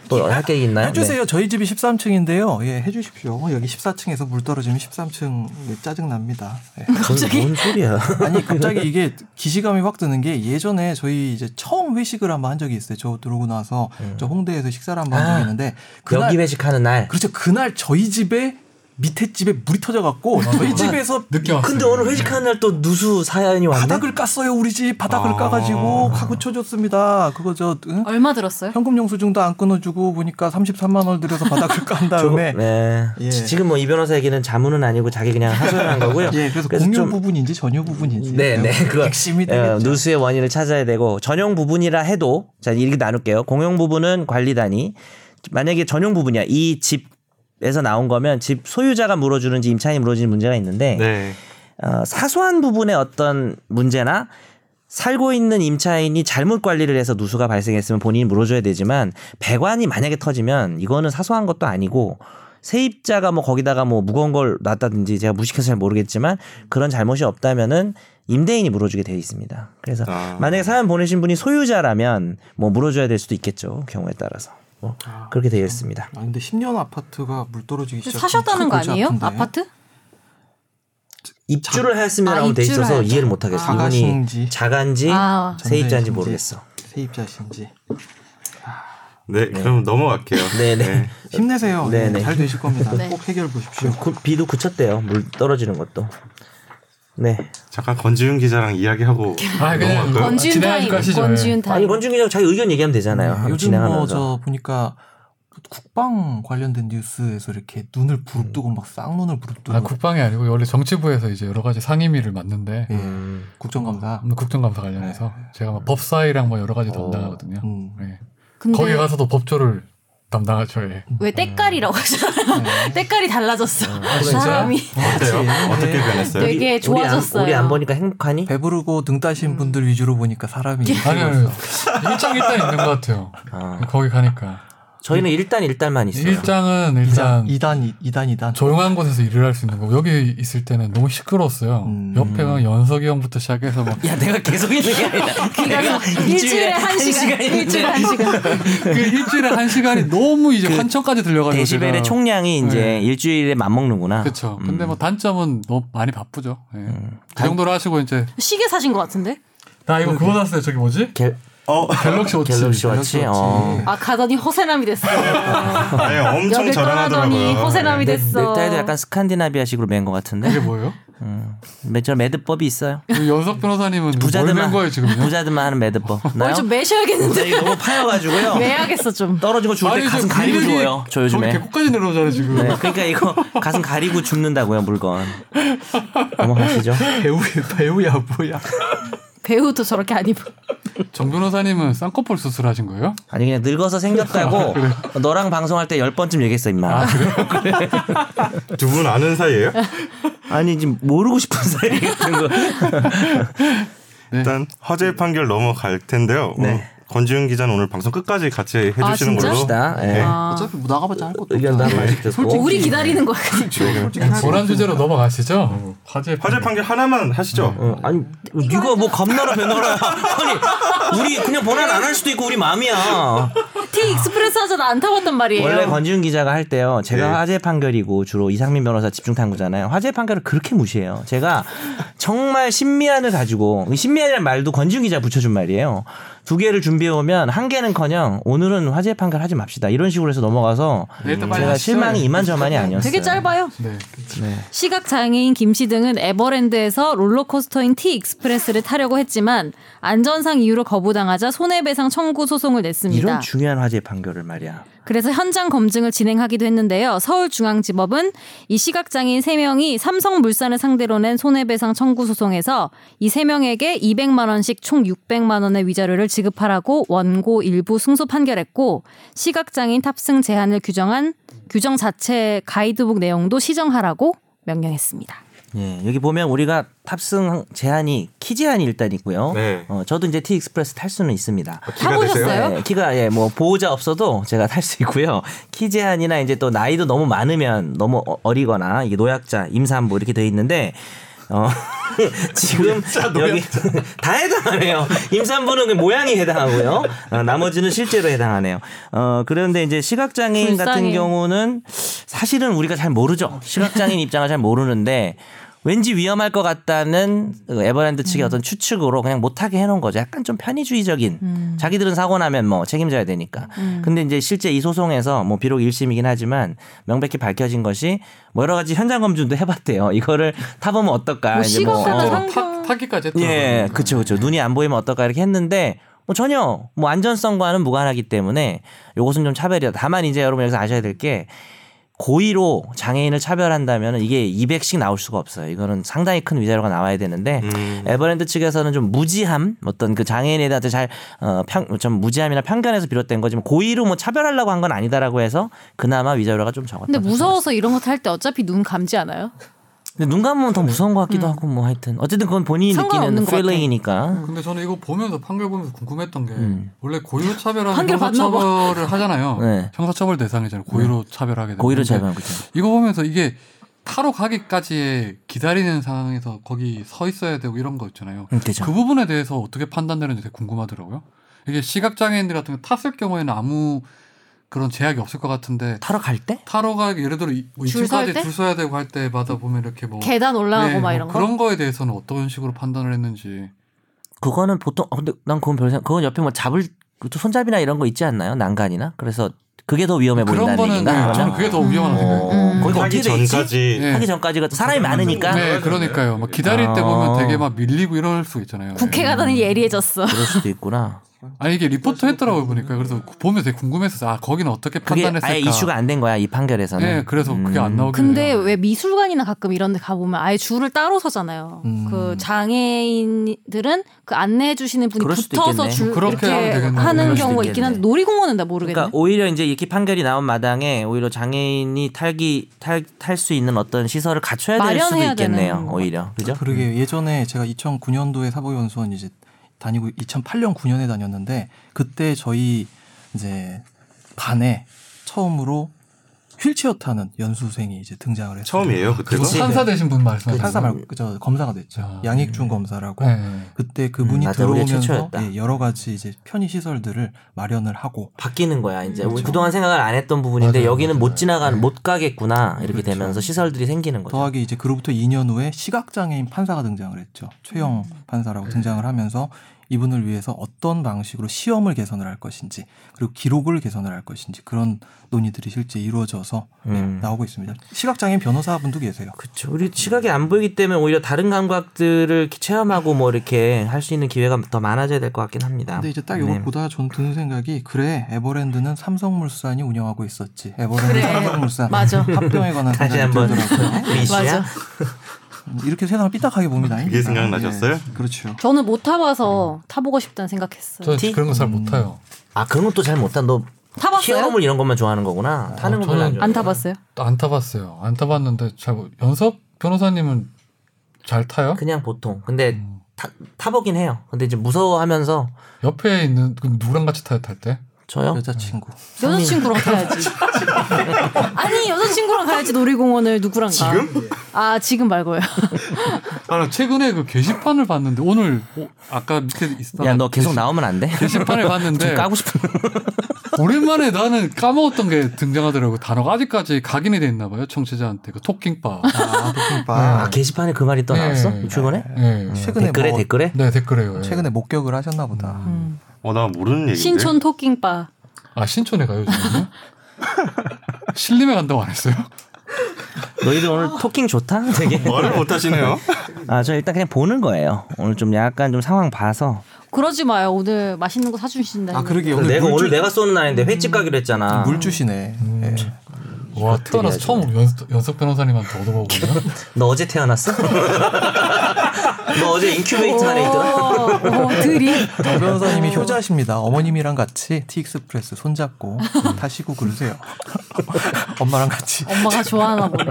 또 할 게 있나요? 해주세요. 저희 집이 13층인데요. 예, 해주십시오. 여기 14층에서 물 떨어지면 13층 짜증 납니다. 예. 네. 뭔, 뭔 소리야? 아니 갑자기 이게 기시감이 확 드는 게 예전에 저희 이제 처음 회식을 한번 한 적이 있어요. 저 들어오고 나서 저 홍대에서 식사를 한번 한 예. 아, 적이 있는데 그날 여기 회식하는 날. 그렇죠. 그날 저희 집에 밑에 집에 물이 터져갖고 저희 집에서 늦게 왔어요. 근데 아, 오늘 회식하는 날 또 누수 사연이 왔네. 바닥을 깠어요 우리 집 바닥을 아. 까가지고 카고 쳐줬습니다. 그거 저 응? 얼마 들었어요? 현금 영수증도 안 끊어주고 보니까 33만 원 들여서 바닥을 *laughs* 깐 조금- 다음에 네. 예. 지- 지금 뭐 이 변호사 얘기는 자문은 아니고 자기 그냥 하소연한 거고요. *laughs* 예 그래서, 그래서 공유 좀- 부분인지 전유 부분인지 네, 네, 그거 핵심이 어, 되겠죠. 누수의 원인을 찾아야 되고 전용 부분이라 해도 자 이렇게 나눌게요. 공용 부분은 관리단이 만약에 전용 부분이야 이 집에서 나온 거면 집 소유자가 물어주는지 임차인이 물어주는 문제가 있는데 네. 어, 사소한 부분의 어떤 문제나 살고 있는 임차인이 잘못 관리를 해서 누수가 발생했으면 본인이 물어줘야 되지만 배관이 만약에 터지면 이거는 사소한 것도 아니고 세입자가 뭐 거기다가 뭐 무거운 걸 놨다든지 제가 무식해서 잘 모르겠지만 그런 잘못이 없다면은 임대인이 물어주게 되어 있습니다. 그래서 아. 만약에 사연 보내신 분이 소유자라면 뭐 물어줘야 될 수도 있겠죠 경우에 따라서 뭐 그렇게 되어 있습니다. 아 근데 10년 아파트가 물 떨어지기 시작. 사셨다는 거 아니에요? 아파트? 입주를 아, 하였으면라고 돼 입주를 있어서 하였다. 이해를 못 하겠어. 아. 이분이 자가신지. 자간지 아. 세입자인지 모르겠어. 세입자신지 네, 그럼 넘어갈게요. 네, 네. 힘내세요. 네, 예, 네. 잘 되실 겁니다. 네. 꼭 해결 보십시오. 구- 비도 그쳤대요. 물 떨어지는 것도. 네. 잠깐 권지윤 기자랑 이야기하고 아, 그냥 넘어갈까요? 권지윤 진행하실 타임. 거 아시죠? 권지윤 타임. 아니 권준 기자 자기 의견 얘기하면 되잖아요. 요즘 뭐 진행하면서. 저 보니까 국방 관련된 뉴스에서 이렇게 눈을 부릅뜨고 막 쌍눈을 부릅뜨고 아, 국방이 아니고 원래 정치부에서 이제 여러 가지 상임위를 맡는데 예, 음. 국정감사. 음, 국정감사 관련해서 네. 제가 막 법사위랑 뭐 여러 가지 담당하거든요. 어. 음. 예. 근데 거기 가서도 법조를 담당하죠. 예. 왜 때깔이라고 하잖아요. *laughs* 때깔이 아, 달라졌어. 사람이 어때요? 어떻게 변했어요? 네. 되게 우리 안, 좋아졌어요. 우리 안 보니까 행복하니? 배부르고 등 음. 따신 분들 위주로 보니까 사람이 아니 아니 일장 일단 있는 것 같아요. 아. 거기 가니까 저희는 일단 일단만 있어요. 일장은 일단 2단 2단 2단 조용한 곳에서 일을 할 수 있는 거고 여기 있을 때는 너무 시끄러웠어요. 음. 옆에 막 연석이 형부터 시작해서 막 야 내가 계속 있는 게 *laughs* 아니라 내가 일주일에 한 시간. 일주일에 한 시간. 그 일주일에 한 시간이 너무 이제 환청까지 들려가지고 데시벨의 그 제가- 총량이 음. 이제 음. 네. 일주일에 맞먹는구나. 그렇죠. 근데 뭐 단점은 너무 많이 바쁘죠. 예. 음. 그 정도로 하시고 이제 시계 사신 것 같은데? 나 이거 그거 샀어요. 저기 뭐지? 갤, 갤럭시 워치. 갤럭시 워치. 어. 아 가더니 허세남이 됐어. 아니, 네, 엄청 여길 떠나더니 저렴하더라고요. 허세남이 네. 됐어. 넥타이도 약간 스칸디나비아식으로 맨 것 같은데. 음. 이게 뭐예요? 매- 저 매듭법이 있어요. 그 연석 변호사님은 뭘낸 부자들만 거예요 지금요? *laughs* 부자들만 하는 매듭법. 나요? 뭘좀 매셔야겠는데. 갑자기 너무 파여가지고요. *laughs* 매야겠어 좀. 떨어진 거 죽을 때 가슴 그 가리고 이름이 죽어요. 저 요즘에. 저기 개코까지 내려오잖아요 지금. 네, 그러니까 이거 가슴 가리고 죽는다고요 물건. 넘어가시죠. 배우야 배우야 뭐야 배우도 저렇게 안 입어. 정 변호사님은 쌍꺼풀 수술하신 거예요? 아니 그냥 늙어서 아, 생겼다고 너랑 방송할 때 열 번쯤 얘기했어 임마. 네. 두 분 아는 사이예요? 아니 지금 모르고 싶은 사이 같은 거. 일단 화재 판결 넘어갈 텐데요. 네. 어, 권지윤 기자는 오늘 방송 끝까지 같이 해주시는 진짜? 걸로. 시다. 예. 어차피 뭐 나가봤자 할 것도 의견 없잖아. 다 네. 많이 듣고. 어, 아, 우리 기다리는 거야. 보란 주제로 넘어가시죠. 화제 화재 판결 하나만 하시죠. 어, 아니 네가 뭐 겁나라 배너라. *laughs* 아니 우리 그냥 보란 안 할 수도 있고 우리 마음이야. 티 익스프레스 하잖아 안 타봤단 예. 말이에요. 원래 어. 권지훈 기자가 할 때요. 제가 네. 화재 판결이고 주로 이상민 변호사 집중 탐구잖아요. 화재 판결을 그렇게 무시해요. 제가 정말 신미안을 가지고 이 신미안이란 말도 권지훈 기자 붙여준 말이에요. 두 개를 준비해 오면 한 개는커녕 오늘은 화재 판결 하지 맙시다 이런 식으로 해서 넘어가서 네, 일단 빨리 제가 하시죠. 실망이 이만저만이 아니었어요. 되게 짧아요. 네. 시각 장애인 김 씨 등은 에버랜드에서 롤러코스터인 티 익스프레스를 타려고 했지만 안전상 이유로 거부당하자 손해배상 청구 소송을 냈습니다. 이런 중요한 화재 판결을 말이야. 그래서 현장 검증을 진행하기도 했는데요. 서울중앙지법은 이 시각장애인 3명이 삼성물산을 상대로 낸 손해배상 청구 소송에서 이 3명에게 200만 원씩 총 600만 원의 위자료를 지급하라고 원고 일부 승소 판결했고 시각장애인 탑승 제한을 규정한 규정 자체 가이드북 내용도 시정하라고 명령했습니다. 예, 여기 보면 우리가 탑승 제한이 키 제한이 일단 있고요. 네. 어, 저도 이제 T 익스프레스 탈 수는 있습니다. 기가 되세요? 타보셨어요? 네, 키가 예 뭐 보호자 없어도 제가 탈 수 있고요. 키 제한이나 이제 또 나이도 너무 많으면 너무 어- 어리거나 이게 노약자, 임산부 이렇게 돼 있는데 어 *laughs* 지금 여기 *laughs* 다 해당하네요. 임산부는 그 모양이 해당하고요. 어, 나머지는 실제로 해당하네요. 어 그런데 이제 시각장애인 같은 불쌍해. 경우 경우는 사실은 우리가 잘 모르죠. 시각장애인 입장을 잘 모르는데 왠지 위험할 것 같다는 어, 에버랜드 측의 어떤 추측으로 그냥 못하게 해놓은 거죠. 약간 좀 편의주의적인 음. 자기들은 사고 나면 뭐 책임져야 되니까. 근데 이제 실제 이 소송에서 뭐 비록 1심이긴 하지만 명백히 밝혀진 것이 뭐 여러 가지 현장 검증도 해봤대요. 이거를 타보면 어떨까. 뭐 이제 뭐, 시각화가 어. 상- 타, 타기까지 했더라고요. 예, 그쵸, 그쵸. 눈이 안 보이면 어떨까 이렇게 했는데, 뭐 전혀, 뭐 안전성과는 무관하기 때문에 요것은 좀 차별이다. 다만 이제 여러분 여기서 아셔야 될 게, 고의로 장애인을 차별한다면 이게 200씩 나올 수가 없어요. 이거는 상당히 큰 위자료가 나와야 되는데, 에버랜드 측에서는 좀 무지함, 어떤 그 장애인에 대한 잘, 어, 평, 좀 무지함이나 편견에서 비롯된 거지만 고의로 뭐 차별하려고 한 건 아니다라고 해서 그나마 위자료가 좀 적었다. 근데 무서워서 이런 거 탈 때 어차피 눈 감지 않아요? 근데 눈 감으면 더 무서운 것 같기도 하고 뭐 하여튼. 어쨌든 그건 본인이 음. 상관없는 느끼는 것 음. 같아. 필링이니까. 근데 저는 이거 보면서 판결 보면서 궁금했던 게 원래 고의로 차별하는 음. 판결 형사 받나 봐. 네. *laughs* 처벌을 하잖아요. 네. 형사 처벌 대상이잖아요. 고의로 차별하게 되면. 고의로 근데 차별한 거죠. 이거 보면서 이게 타로 가기까지 기다리는 상황에서 거기 서 있어야 되고 이런 거 있잖아요. 음, 그렇죠. 되죠. 그 부분에 대해서 어떻게 판단되는지 되게 궁금하더라고요. 이게 시각장애인들 같은 경우 탔을 경우에는 아무 그런 제약이 없을 것 같은데 타러 갈 때? 타러 가기 예를 들어 이- 뭐 줄설 2층까지 때? 줄 서야 되고 할 때마다 보면 이렇게 뭐 계단 올라가고 네, 막 뭐 이런 거. 그런 거에 대해서는 어떤 식으로 판단을 했는지 그거는 보통 아, 근데 난 그건 별생 그건 옆에 뭐 잡을 또 손잡이나 이런 거 있지 않나요? 난간이나 그래서 그게 더 위험해 보인다는 그런 거는 얘기인가? 네, 저는 그게 더 위험하다고 생각해요. 음. 어, 거기가 하기 어떻게 돼 있지? 전까지 네. 하기 전까지가 또 사람이 많으니까 네, 그러니까요. 막 기다릴 때 아. 보면 되게 막 밀리고 이럴 수 있잖아요. 네. 국회 가더니 예리해졌어. 그럴 수도 있구나. 아니 이게 리포트 했더라고요 보니까 그래서 보면 되게 궁금했어요. 아 거기는 어떻게 그게 판단했을까? 아예 이슈가 안 된 거야 이 판결에서는. 음. 네, 그래서 그게 안 나오게. 근데 돼요. 왜 미술관이나 가끔 이런 데 가보면 아예 줄을 따로 서잖아요. 음. 그 장애인들은 그 안내해 주시는 분이 그럴 수도 붙어서 있겠네. 줄 그렇게 하면 이렇게 되겠네요. 하는 그럴 수도 경우가 있긴 있겠네. 한데 놀이공원은 나 모르겠네. 그러니까 오히려 이제 이렇게 판결이 나온 마당에 오히려 장애인이 탈기 탈 탈 수 있는 어떤 시설을 갖춰야 될 수도 마련해야 되는 있겠네요. 것 오히려 아, 그죠? 음. 그러게 예전에 제가 2009년도에 사법연수원 이제 다니고 2008년 9년에 다녔는데 그때 저희 이제 반에 처음으로 휠체어 타는 연수생이 이제 등장을 했어요. 처음이에요 그때가. 그치. 뭐 판사 되신 분 말씀. 판사 말고 저 검사가 됐죠. 아, 양익준 검사라고. 네. 그때 그분이 음, 맞아. 우리가 들어오면서 최초였다. 예, 여러 가지 이제 편의 시설들을 마련을 하고 바뀌는 거야 이제 그동안 생각을 안 했던 부분인데 그렇죠. 맞아요, 여기는 맞아요. 네. 그렇죠. 못 지나가는 못 가겠구나 이렇게 되면서 시설들이 생기는 거죠. 더하기 이제 그로부터 2년 후에 시각장애인 판사가 등장을 했죠. 최영 음. 판사라고 네. 등장을 하면서 이분을 위해서 어떤 방식으로 시험을 개선을 할 것인지 그리고 기록을 개선을 할 것인지 그런 논의들이 실제 이루어져서 네, 음. 나오고 있습니다. 시각장애인 변호사분도 계세요. 그렇죠. 우리 시각이 안 보이기 때문에 오히려 다른 감각들을 이렇게 체험하고 뭐 이렇게 할 수 있는 기회가 더 많아져야 될 것 같긴 합니다. 근데 이제 딱 이걸 네. 보다 전 드는 생각이 그래 에버랜드는 삼성물산이 운영하고 있었지. 에버랜드 그래. 삼성물산 맞아. *laughs* 합병에 관한 다시 생각이 한번 들더라고요. 네? *laughs* 우리 씨야. 맞아. 이렇게 세상을 삐딱하게 봅니다. 그게 생각나셨어요? 예, 그렇죠. 저는 못 타봐서 타보고 싶다는 생각했어요. 저는 티? 그런 거 잘 못 타요. 아 그런 것도 잘 못한 너 타봤어요? 히어로물 이런 것만 좋아하는 거구나. 타는 거 별로 안 저는 좋아. 안 타봤어요. 안 타봤어요. 안 타봤는데 잘 못- 연섭 변호사님은 잘 타요? 그냥 보통. 근데 타, 타보긴 해요. 근데 이제 무서워하면서 옆에 있는 그럼 누구랑 같이 타요 탈 때? 저요. 여자친구. 음. 여자친구랑 가야지. 아니 여자친구랑 가야지 놀이공원을 누구랑 가? 지금? 아 지금 말고요. 아, 나 최근에 그 게시판을 봤는데 오늘 오- 아까 밑에 있었던 야 너 계속 나오면 안 돼. 그 게시판을 네. 좀 봤는데 까고 싶은. 오랜만에 나는 까먹었던 게 등장하더라고 단어가 아직까지 각인이 돼 있나 봐요 청취자한테 그 토킹바 아, 토킹바. 아 게시판에 그 말이 또 나왔어? 네. 출근에? 네. 최근에 댓글에 뭐- 댓글에? 네 댓글에요 예. 최근에 목격을 하셨나 보다. 음. 어 나 모르는 얘기인데. 신촌 토킹바. 아 신촌에 가요 지금 신림에 간다고 안 했어요? 너희들 오늘 토킹 좋다. 되게. 말을 못 하시네요. 아 저 일단 그냥 보는 거예요. 오늘 좀 약간 좀 상황 봐서. 그러지 마요. 오늘 맛있는 거 사주신다. 아 그러게 오늘 내가 물주, 오늘 내가 쏘는 날인데 횟집 가기로 했잖아. 물주시네. 예. 와 태어나서 처음으로 연습, 연습 변호사님한테 얻어먹고 너 어제 태어났어? *laughs* 너 어제 인큐베이터 안에 있더라? 오, 어, 드리. *laughs* 정 변호사님이 효자십니다. 어머님이랑 같이 티익스프레스 손잡고 타시고 그러세요. *laughs* 엄마랑 같이. 엄마가 좋아하나 보네.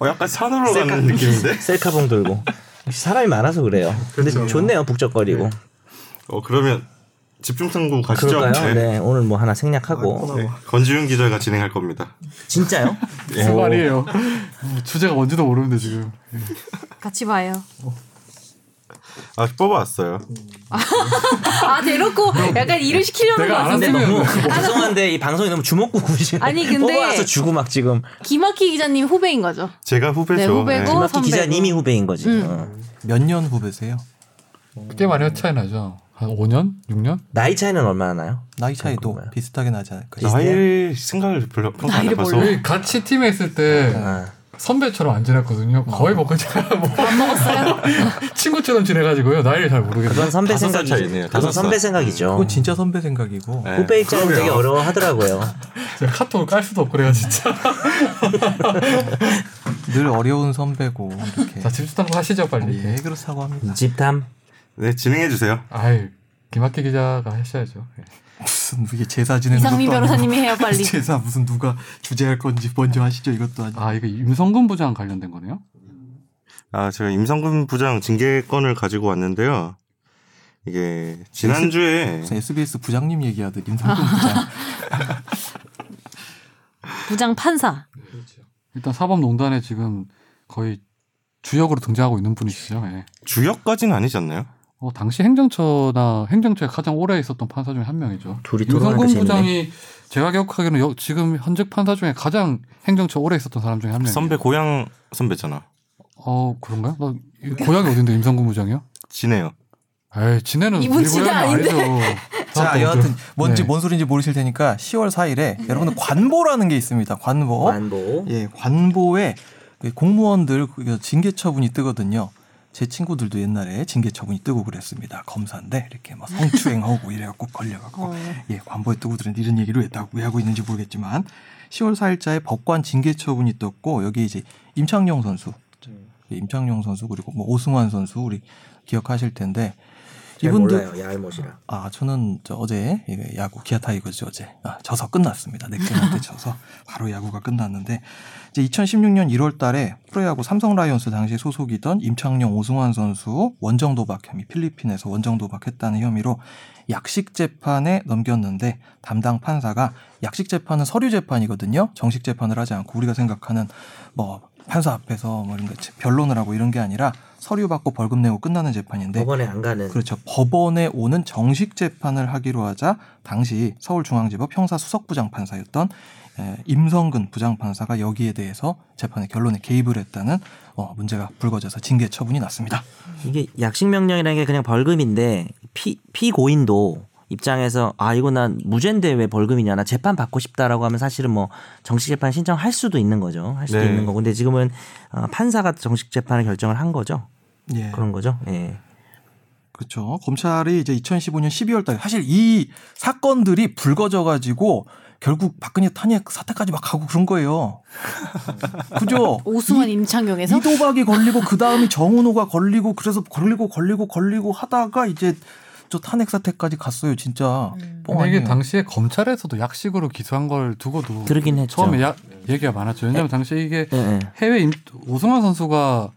어 약간 산으로 가는 느낌인데. 셀카봉 들고. 역시 사람이 많아서 그래요. 근데 그렇죠. 좋네요, 북적거리고. 어 그러면 집중 탐구 가시죠. 네. 그럴까요? 네, 오늘 뭐 하나 생략하고. 네. 건지윤 기자가 진행할 겁니다. 진짜요? 무슨 뭐 말이에요 주제가 뭔지도 모르는데 지금 같이 봐요. 아 뽑아왔어요. 아 대놓고 약간 일을 시키려는 거 내가 같은데. 알았으면 너무 죄송한데 이 방송이 너무 주먹구구지. 아니, 근데- 아, 뽑아와서 주고 막 지금 김학희 기자님 후배인 거죠. 제가 후배죠. 네, 후배고. 김학기 선배고. 기자님이 후배인 거지. 어. 몇 년 후배세요? 꽤 많이 차이 나죠. 한 5년, 6년? 나이 차이는 얼마나 나요? 나이 차이도 그런가요? 비슷하게 나지 않을까? 싶어요. 나이 생각을 별로 평소 안 나이를 어. 해봐서 몰라. 우리 같이 팀에 있을 때 네. 선배처럼 안 지냈거든요. 어. 거의 먹고 잘안 먹었어요. 친구처럼 지내가지고요. 나이를 잘 아, 모르겠어요. 그건 선배 다섯 살 생각이 차이네요. 다섯 그건 선배 살. 생각이죠. 그건 진짜 선배 생각이고 네, 후배 입장은 되게 그러게요. 어려워 하더라고요. 제가 카톡을 깔 수도 없고 그래요, 진짜. 늘 어려운 선배고 이렇게 예. 자, 집수당 하시죠, *laughs* 빨리. 예 그렇다고 합니다. 집탐. 네 진행해 주세요. 아이, 김학기 기자가 하셔야죠. 예. 무슨 뭐 이게 제사 지내는 이상민 것도 아니고 *laughs* 변호사님이 해요 빨리. 제사 무슨 누가 주재할 건지 먼저 하시죠 이것도 아니고 아, 이거 임성근 부장 관련된 거네요? 아, 제가 임성근 부장 징계건을 가지고 왔는데요. 이게 지난주에 네. 무슨 SBS 부장님 얘기하듯 *laughs* 임상근 부장 부장 판사. 일단 사법농단에 지금 거의 주역으로 등장하고 있는 분이시죠. 예. 주역까지는 아니지 않나요? 어, 당시 행정처나 행정처에 가장 오래 있었던 판사 중에 한 명이죠. 둘이 토론하니까 유성근 재밌네. 부장이 제가 기억하기로는 여- 지금 현직 판사 중에 가장 행정처 오래 있었던 사람 중에 한 명이에요. 선배 고향 선배잖아. 어 그런가요? 나 이- 고향이 어딘데 임성근 부장이요? 지네요. 에이 진해는 이분 우리 고향이 진해 아닌데. 아니죠. 자 여하튼 뭔지 네. 뭔 소리인지 모르실 테니까 10월 4일에 여러분들 관보라는 게 있습니다 네. 어? 관보 만보. 예 관보에 그 공무원들 그 징계 처분이 뜨거든요 제 친구들도 옛날에 징계 처분이 뜨고 그랬습니다 검사인데 이렇게 막 성추행하고 이래갖고 걸려갖고 예, 관보에 뜨고들은 이런 얘기를 왜, 다- 왜 하고 있는지 모르겠지만 10월 4일자에 법관 징계 처분이 떴고 여기 이제 임창용 선수, 예, 임창용 선수 그리고 뭐 오승환 선수 우리 기억하실 텐데 이분들 야알못이라. 아 저는 저 어제 예, 야구 기아 타이거즈 어제 아, 져서 끝났습니다. 넥센한테 져서 *laughs* 바로 야구가 끝났는데 이제 2016년 1월달에 프로야구 삼성 라이온스 당시 소속이던 임창용 오승환 선수 원정 도박 혐의 필리핀에서 원정 도박했다는 혐의로 약식 재판에 넘겼는데 담당 판사가 약식 재판은 서류 재판이거든요. 정식 재판을 하지 않고 우리가 생각하는 뭐 판사 앞에서 뭐 이런 거 변론을 하고 이런 게 아니라 서류 받고 벌금 내고 끝나는 네. 재판인데 법원에 안 가는. 그렇죠. 법원에 오는 정식 재판을 하기로 하자 당시 서울중앙지법 형사 수석부장 판사였던 에, 임성근 부장 판사가 여기에 대해서 재판의 결론에 개입을 했다는 어, 문제가 불거져서 징계 처분이 났습니다. 이게 약식 명령이라는 게 그냥 벌금인데 피 피고인도 입장에서 아 이거 난 무죄인데 왜 벌금이냐 나 재판 받고 싶다라고 하면 사실은 뭐 정식 재판 신청할 수도 있는 거죠 할 수도 네. 있는 거고 근데 지금은 어, 판사가 정식 재판을 결정을 한 거죠 네. 예. 그런 거죠 예 그렇죠. 검찰이 이제 2015년 12월 달에 사실 이 사건들이 불거져 가지고 결국 박근혜 탄핵 사태까지 막 가고 그런 거예요. *laughs* 그죠? 오승환 임창용에서 이도박이 걸리고 그 다음에 정은호가 걸리고 그래서 걸리고 걸리고 걸리고 하다가 이제 저 탄핵 사태까지 갔어요 진짜. 뻥 근데 이게 아니에요. 당시에 검찰에서도 약식으로 기소한 걸 두고도 그러긴 했죠. 어, 처음에 야- 얘기가 많았죠. 왜냐하면 당시에 이게 예, 예. 해외 임, 오승환 선수가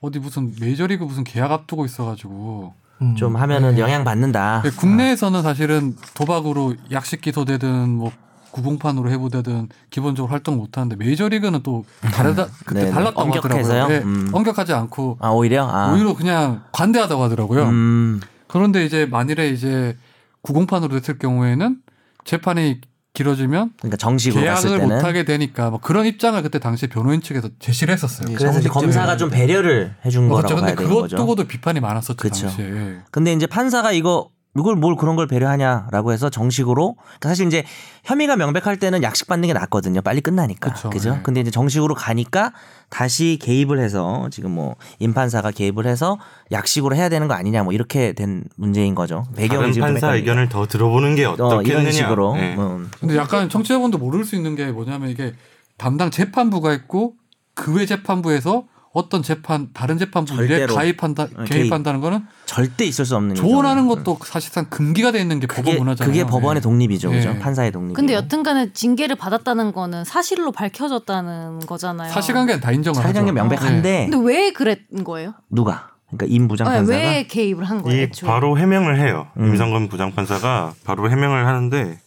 어디 무슨 메이저리그 무슨 계약 앞두고 있어가지고 음. 좀 하면은 네. 영향 받는다 근데 국내에서는 사실은 도박으로 약식 기소되든 뭐 구봉판으로 해보되든 기본적으로 활동 못하는데 메이저리그는 또 다르다 그때 음. 네네. 달랐다고 엄격해서요? 하더라고요. 예, 음. 엄격하지 않고 아 오히려 아 오히려 그냥 관대하다고 하더라고요. 음, 그런데 이제 만일에 이제 구공판으로 됐을 경우에는 재판이 길어지면 그러니까 정식으로 갔을 계약을 때는 못하게 되니까 뭐 그런 입장을 그때 당시 변호인 측에서 제시를 했었어요. 그래서 이제 정식 검사가 좀 배려를 해준 거라고 그렇죠. 근데 봐야 되는 그것 거죠. 두고도 비판이 많았었죠 그쵸. 당시에. 예. 근데 이제 판사가 이거 이걸 뭘 그런 걸 배려하냐라고 해서 정식으로 그러니까 사실 이제 혐의가 명백할 때는 약식 받는 게 낫거든요. 빨리 끝나니까. 그쵸, 그죠? 네. 예. 근데 이제 정식으로 가니까 다시 개입을 해서 지금 뭐 임판사가 개입을 해서 약식으로 해야 되는 거 아니냐 뭐 이렇게 된 문제인 거죠. 배경이 다른 지금 좀 판사 헷갈리네. 의견을 더 들어보는 게 어, 어떻겠느냐. 이런 식으로 네. 음. 근데 약간 청취자분도 모를 수 있는 게 뭐냐면 이게 담당 재판부가 있고 그 외 재판부에서 어떤 재판 다른 재판부 일에 절대로. 가입한다 어, 개입. 개입한다는 거는 절대 있을 수 없는 조언하는 일이죠. 음. 것도 사실상 금기가 돼 있는 게 그게, 법원 문화잖아요. 그게 법원의 예. 독립이죠. 그죠? 예. 판사의 독립. 근데 여튼간에 징계를 받았다는 거는 사실로 밝혀졌다는 거잖아요. 사실관계는 다 인정을 하죠. 네. 사실관계 명백한데 근데 왜 그랬던 거예요? 누가? 그러니까 임 부장 아, 판사가 왜 개입을 한 거예요? 이 애초에? 음. 바로 해명을 해요. 임성근 부장판사가 바로 해명을 하는데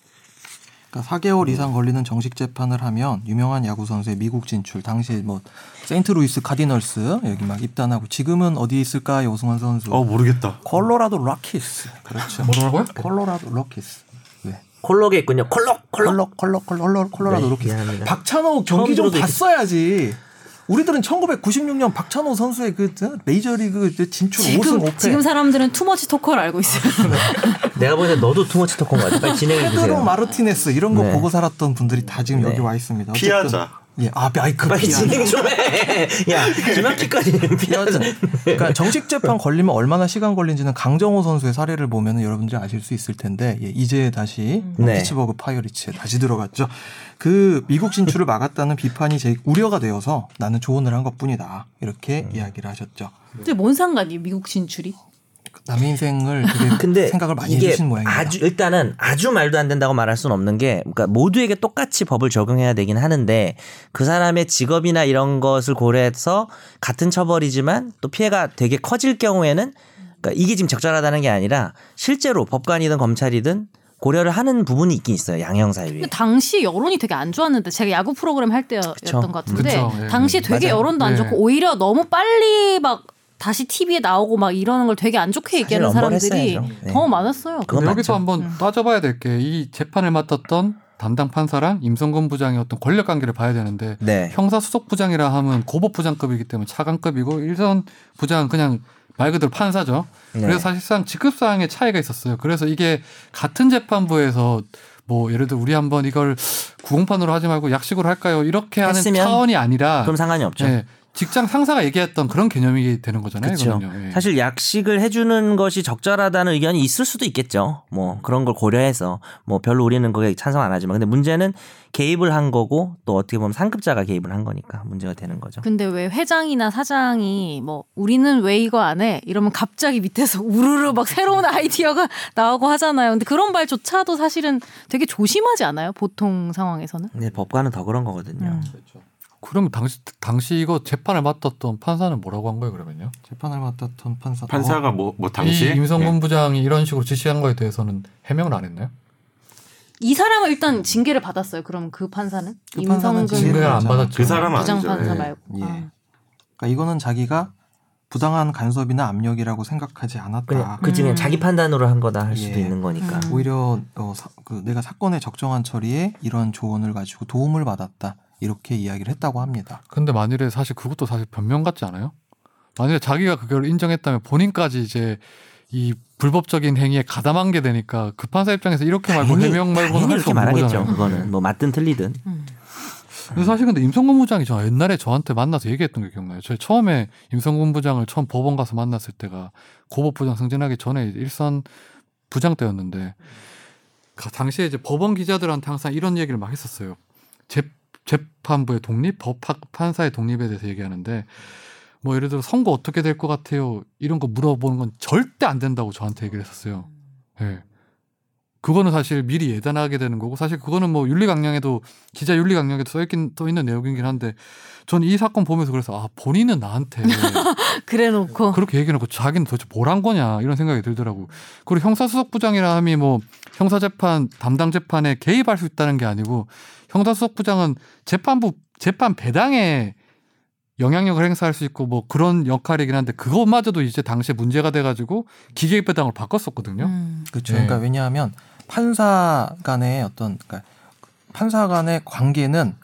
그러니까 4개월 이상 걸리는 정식 재판을 하면 유명한 야구 선수의 미국 진출 당시 뭐 세인트루이스 카디널스 여기 막 입단하고 지금은 어디 있을까 요승환 선수 어 모르겠다. 콜로라도 락키스 그렇죠 뭐라고요? 콜로라도 락키스 네. 콜록에 있군요. 콜록 콜록. 컬러 컬러 컬러 컬러 컬러라도 네, 이렇게 미안합니다. 박찬호 경기 좀 들어도 이렇게- 봤어야지. 우리들은 1996년 박찬호 선수의 그 어? 메이저리그 이제 진출 5승 5패. 지금 지금 사람들은 투머치 토커를 알고 있어요. 내가 보기엔 너도 투머치 토크인 것 같아. 빨리 진행해 페드로 주세요. 마르티네스 이런 거 네. 보고 살았던 분들이 다 지금 여기 와 있습니다. 어쨌든- 피하자. 예, 아, 아이크 빨리 *laughs* 진행 좀 해. 야 *laughs* 김학기까지 *laughs* 피하자. 네. 그러니까 정식 재판 걸리면 얼마나 시간 걸린지는 강정호 선수의 사례를 보면 여러분들이 아실 수 있을 텐데 예, 이제 다시 네. 피츠버그 파이어리츠에 다시 들어갔죠. 그 미국 진출을 막았다는 비판이 제 우려가 되어서 나는 조언을 한 것뿐이다 이렇게 음. 이야기를 하셨죠. 근데 뭔 상관이 미국 진출이? 남의 인생을 되게 *laughs* 근데 생각을 많이 이게 해주신 모양이에요. 아주 일단은 아주 말도 안 된다고 말할 수는 없는 게 그러니까 모두에게 똑같이 법을 적용해야 되긴 하는데 그 사람의 직업이나 이런 것을 고려해서 같은 처벌이지만 또 피해가 되게 커질 경우에는 그러니까 이게 지금 적절하다는 게 아니라 실제로 법관이든 검찰이든 고려를 하는 부분이 있긴 있어요 양형 사유에. 근데 당시 여론이 되게 안 좋았는데 제가 야구 프로그램 할 때였던 것 같은데 그쵸, 예. 당시 되게 맞아요. 여론도 안 예. 좋고 오히려 너무 빨리 막 다시 TV에 나오고 막 이러는 걸 되게 안 좋게 얘기하는 엄벌 사람들이 했어야죠. 음. 네. 더 많았어요. 그건 근데 여기서 맞죠. 한번 따져봐야 될 게 이 재판을 맡았던 담당 판사랑 임성근 부장의 어떤 권력 관계를 봐야 되는데 네. 형사 수석 부장이라 하면 고법 부장급이기 때문에 차관급이고 일선 부장은 그냥 말 그대로 판사죠. 네. 그래서 사실상 직급 사항의 차이가 있었어요. 그래서 이게 같은 재판부에서 뭐 예를 들어 우리 한번 이걸 구공판으로 하지 말고 약식으로 할까요? 이렇게 하는 했으면 차원이 아니라 그럼 상관이 없죠. 예, 직장 상사가 얘기했던 그런 개념이 되는 거잖아요. 그렇죠. 이거는요. 예. 사실 약식을 해주는 것이 적절하다는 의견이 있을 수도 있겠죠. 뭐 그런 걸 고려해서 뭐 별로 우리는 거기에 찬성 안 하지만 근데 문제는 개입을 한 거고 또 어떻게 보면 상급자가 개입을 한 거니까 문제가 되는 거죠. 근데 왜 회장이나 사장이 뭐 우리는 왜 이거 안 해? 이러면 갑자기 밑에서 우르르 막 새로운 아이디어가 *laughs* 나오고 하잖아요. 근데 그런 말조차도 사실은 되게 조심하지 않아요? 보통 상황에서는. 근데 법관은 더 그런 음. 거거든요. 그럼 당시 당시 이거 재판을 맡았던 판사는 뭐라고 한 거예요? 그러면요? 재판을 맡았던 판사 어, 판사가 뭐 뭐 당시 예. 이 임성근 부장이 이런 식으로 지시한 거에 대해서는 해명을 안 했나요? 이 사람은 일단 징계를 받았어요. 그럼 그 판사는 그 임성근 판사는 징계를 안 받았죠. 그 사람은 부장 아니죠. 판사 예. 말고. 예. 아. 그러니까 이거는 자기가 부당한 간섭이나 압력이라고 생각하지 않았다. 아. 그냥 그 지금 음. 자기 판단으로 한 거다 할 수도 예. 있는 거니까. 음. 오히려 어, 사- 그 내가 사건의 적정한 처리에 이런 조언을 가지고 도움을 받았다 이렇게 이야기를 했다고 합니다. 근데 만일에 사실 그것도 사실 변명 같지 않아요? 만일에 자기가 그걸 인정했다면 본인까지 이제 이 불법적인 행위에 가담한 게 되니까 그 판사 입장에서 이렇게 말고 당연히- 해명 말고는 당연히 할수 이렇게 없는 말하겠죠. 거잖아요. 예. 그거는 뭐 맞든 틀리든. 음. 근데 사실 근데 임성근 부장이 저 옛날에 저한테 만나서 얘기했던 게 기억나요. 저 처음에 임성근 부장을 처음 법원 가서 만났을 때가 고법 부장 승진하기 전에 이제 일선 부장 때였는데 가- 당시에 이제 법원 기자들한테 항상 이런 얘기를 막 했었어요. 재, 재판부의 독립, 법 판사의 독립에 대해서 얘기하는데 뭐 예를 들어 선거 어떻게 될 것 같아요 이런 거 물어보는 건 절대 안 된다고 저한테 얘기를 했었어요. 예. 그거는 사실 미리 예단하게 되는 거고 사실 그거는 뭐 윤리 강령에도 기자 윤리 강령에도 써 있긴 써 있는 내용이긴 한데 전 이 사건 보면서 그래서 아 본인은 나한테 그래놓고 그렇게 얘기해놓고 자기는 도대체 뭘 한 거냐 이런 생각이 들더라고. 그리고 형사수석부장이라 함이 뭐 형사재판 담당 재판에 개입할 수 있다는 게 아니고 형사수석부장은 재판부 재판 배당에 영향력을 행사할 수 있고 뭐 그런 역할이긴 한데 그것마저도 이제 당시에 문제가 돼가지고 기계 배당을 바꿨었거든요. 음. 그렇죠. 네. 그러니까 왜냐하면 판사 간의 어떤 그러니까 판사 간의 관계는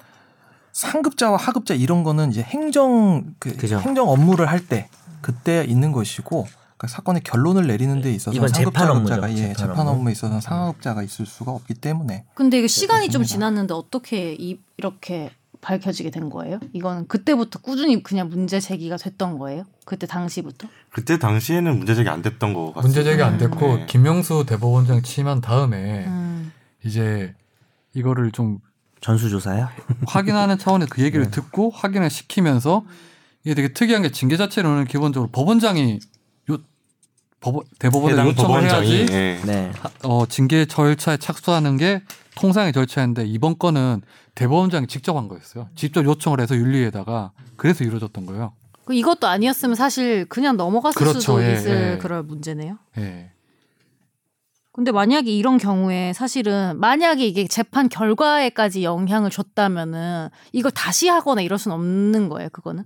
상급자와 하급자 이런 거는 이제 행정 그 그죠. 행정 업무를 할 때 그때 있는 것이고 그러니까 사건의 결론을 내리는 데 있어서 이건 상급자 재판 업무죠. 하급자가 예, 재판 재판 업무. 업무에 있어서 상하급자가 있을 수가 없기 때문에 근데 이게 시간이 좀 그렇습니다. 지났는데 어떻게 이, 이렇게 밝혀지게 된 거예요? 이거는 그때부터 꾸준히 그냥 문제 제기가 됐던 거예요? 그때 당시부터? 그때 당시에는 문제 제기 안 됐던 거 같아요. 문제 제기 안 네. 됐고 김명수 대법원장 취임한 다음에 음. 이제 이거를 좀 전수조사요? 확인하는 차원에서 그 네. 얘기를 듣고 확인을 시키면서 이게 되게 특이한 게 징계 자체로는 기본적으로 법원장이 요 법원 대법원에 해당 요청을 법원장이 해야지 예. 네. 어 징계 절차에 착수하는 게 통상의 절차인데 이번 건은 대법원장이 직접 한 거였어요. 직접 요청을 해서 윤리에다가 그래서 이루어졌던 거예요. 그 이것도 아니었으면 사실 그냥 넘어갔을 그렇죠. 수도 예, 있을 예. 그럴 문제네요. 예. 근데 만약에 이런 경우에 사실은 만약에 이게 재판 결과에까지 영향을 줬다면은 이걸 다시 하거나 이럴 순 없는 거예요, 그거는.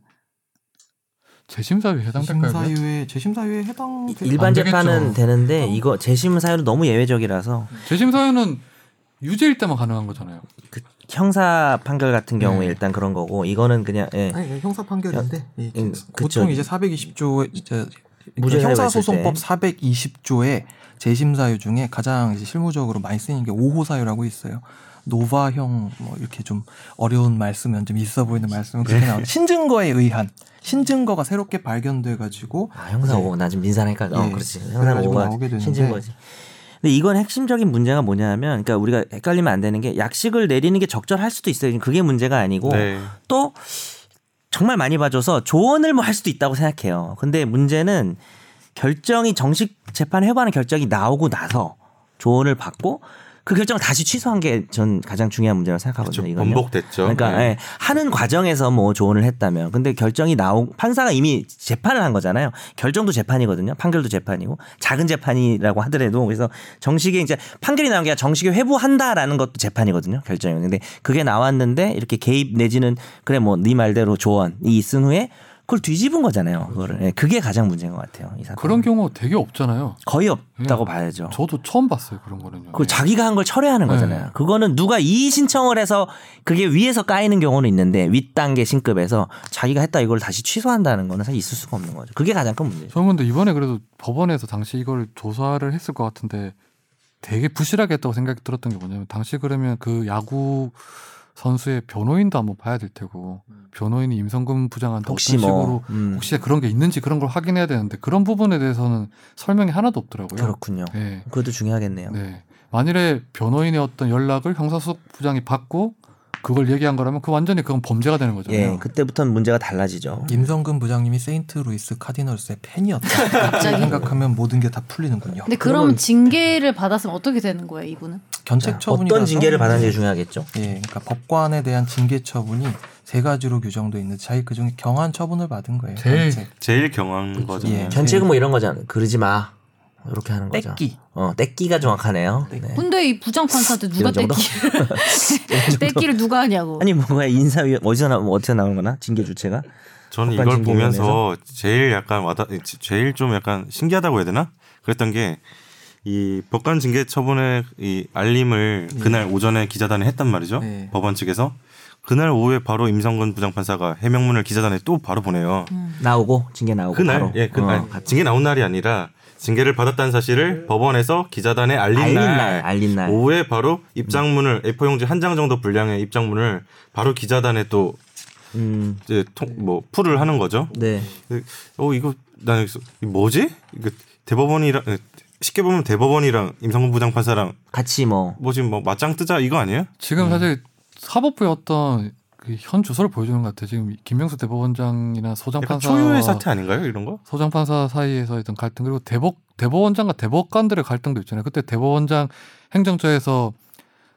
재심사유에 해당될까요? 그그 재심사유예 재심사유에 해당 일반 안 되겠죠. 어. 재판은 되는데 이거 재심 사유는 너무 예외적이라서 재심사유는 유죄일 때만 가능한 거잖아요. 그 형사 판결 같은 경우에 네. 일단 그런 거고 이거는 그냥 예. 아니, 형사 판결인데 예, 음, 그쵸. 보통 이제 420조에 이제 무죄 사유가 있을 형사소송법 때. 420조에 재심사유 중에 가장 이제 실무적으로 많이 쓰이는 게 5호 사유라고 있어요. 노바형 뭐 이렇게 좀 어려운 말씀은 좀 있어 보이는 말씀은 네. 그렇게 나오는 신증거에 의한 신증거가 새롭게 발견돼 가지고 아 형사 네. 오고 나 지금 민사니까 어 예. 그렇지 형사 그래가지고 오가 나오게 되는데. 신진 거지. 근데 이건 핵심적인 문제가 뭐냐면, 그러니까 우리가 헷갈리면 안 되는 게 약식을 내리는 게 적절할 수도 있어요. 그게 문제가 아니고 네. 또 정말 많이 봐줘서 조언을 뭐 할 수도 있다고 생각해요. 근데 문제는 결정이 정식 재판 회부하는 결정이 나오고 나서 조언을 받고 그 결정을 다시 취소한 게 전 가장 중요한 문제라고 생각하거든요. 그렇죠. 이거는요. 번복됐죠. 그러니까 네. 예, 하는 과정에서 뭐 조언을 했다면 근데 결정이 나오 판사가 이미 재판을 한 거잖아요. 결정도 재판이거든요. 판결도 재판이고 작은 재판이라고 하더라도 그래서 정식에 이제 판결이 나온 게 아니라 정식에 회부한다라는 것도 재판이거든요. 결정이 근데 그게 나왔는데 이렇게 개입 내지는 그래 뭐 네 말대로 조언이 있은 후에 그걸 뒤집은 거잖아요. 그거를 예, 그게 가장 문제인 것 같아요. 이 사건 그렇죠. 그런 경우 되게 없잖아요. 거의 없다고 예. 봐야죠. 저도 처음 봤어요 그런 거는요. 그 자기가 한 걸 철회하는 네. 거잖아요. 그거는 누가 이의 신청을 해서 그게 위에서 까이는 경우는 있는데 윗단계 신급에서 자기가 했다 이걸 다시 취소한다는 거는 사실 있을 수가 없는 거죠. 그게 가장 큰 문제죠. 저는 근데 이번에 그래도 법원에서 당시 이걸 조사를 했을 것 같은데 되게 부실하게 했다고 생각이 들었던 게 뭐냐면 당시 그러면 그 야구 선수의 변호인도 한번 봐야 될 테고 변호인이 임성근 부장한테 음. 혹시 어떤 뭐 식으로 음, 혹시 그런 게 있는지 그런 걸 확인해야 되는데 그런 부분에 대해서는 설명이 하나도 없더라고요. 그렇군요. 네. 그것도 중요하겠네요. 네. 만일에 변호인의 어떤 연락을 형사수석 부장이 받고 그걸 얘기한 거라면 그 완전히 그건 범죄가 되는 거잖아요. 예, 그때부터는 문제가 달라지죠. 임성근 부장님이 세인트 루이스 카디널스의 팬이었다. 갑자기? 생각하면 모든 게 다 풀리는군요. 근데 그럼 네. 징계를 받았으면 어떻게 되는 거예요, 이분은? 견책 처분이 어떤 징계를 받았는지 중요하겠죠. 예, 그러니까 법관에 대한 징계 처분이 세 가지로 규정돼 있는데 자기 그 중에 경한 처분을 받은 거예요. 제일 견책. 제일 그렇죠. 경한 거잖아요. 예. 견책은 뭐 이런 거잖아요. 그러지 마. 이렇게 하는 거죠. 뺏기. 어, 떼끼가 정확하네요. 네. 근데 이 부장 판사한테 누가 이런 정도? 떼끼를 떼끼를 누가 하냐고. 네, 아니 뭐야 인사위 어디서 나 어디서 나오는 거나 징계 주체가 저는 법관 이걸 징계 보면서 제일 약간 와닿, 제일 좀 약간 신기하다고 해야 되나? 그랬던 게 이 법관 징계 처분의 이 알림을 예. 그날 오전에 기자단에 했단 말이죠. 네. 법원 측에서 그날 오후에 바로 임성근 부장판사가 해명문을 기자단에 또 바로 보내요. 나오고 징계 나오고 그날 음. 바로. 예, 그 어. 음. 아니, 징계 나온 날이 아니라 징계를 받았다는 사실을 법원에서 기자단에 알린, 알린 날, 날, 알린 날. 오후에 바로 음. 입장문을 A4 용지 한 장 정도 분량의 입장문을 바로 기자단에 또 음, 이제 통, 뭐 풀을 하는 거죠. 네. 어 이거 나 여기서 이거 뭐지? 이거 대법원이랑 쉽게 보면 대법원이랑 임성근 부장판사랑 같이 뭐 뭐 지금 뭐 맞짱 뜨자 이거 아니에요? 지금 사실 사법부의 어떤 그현 주소를 보여주는 것 같아요. 지금 김명수 대법원장이나 약간 소장판사 초유의 사태 아닌가요 이런 거? 소장판사 사이에서 있던 갈등 그리고 대법 대법원장과 대법관들의 갈등도 있잖아요. 그때 대법원장 행정처에서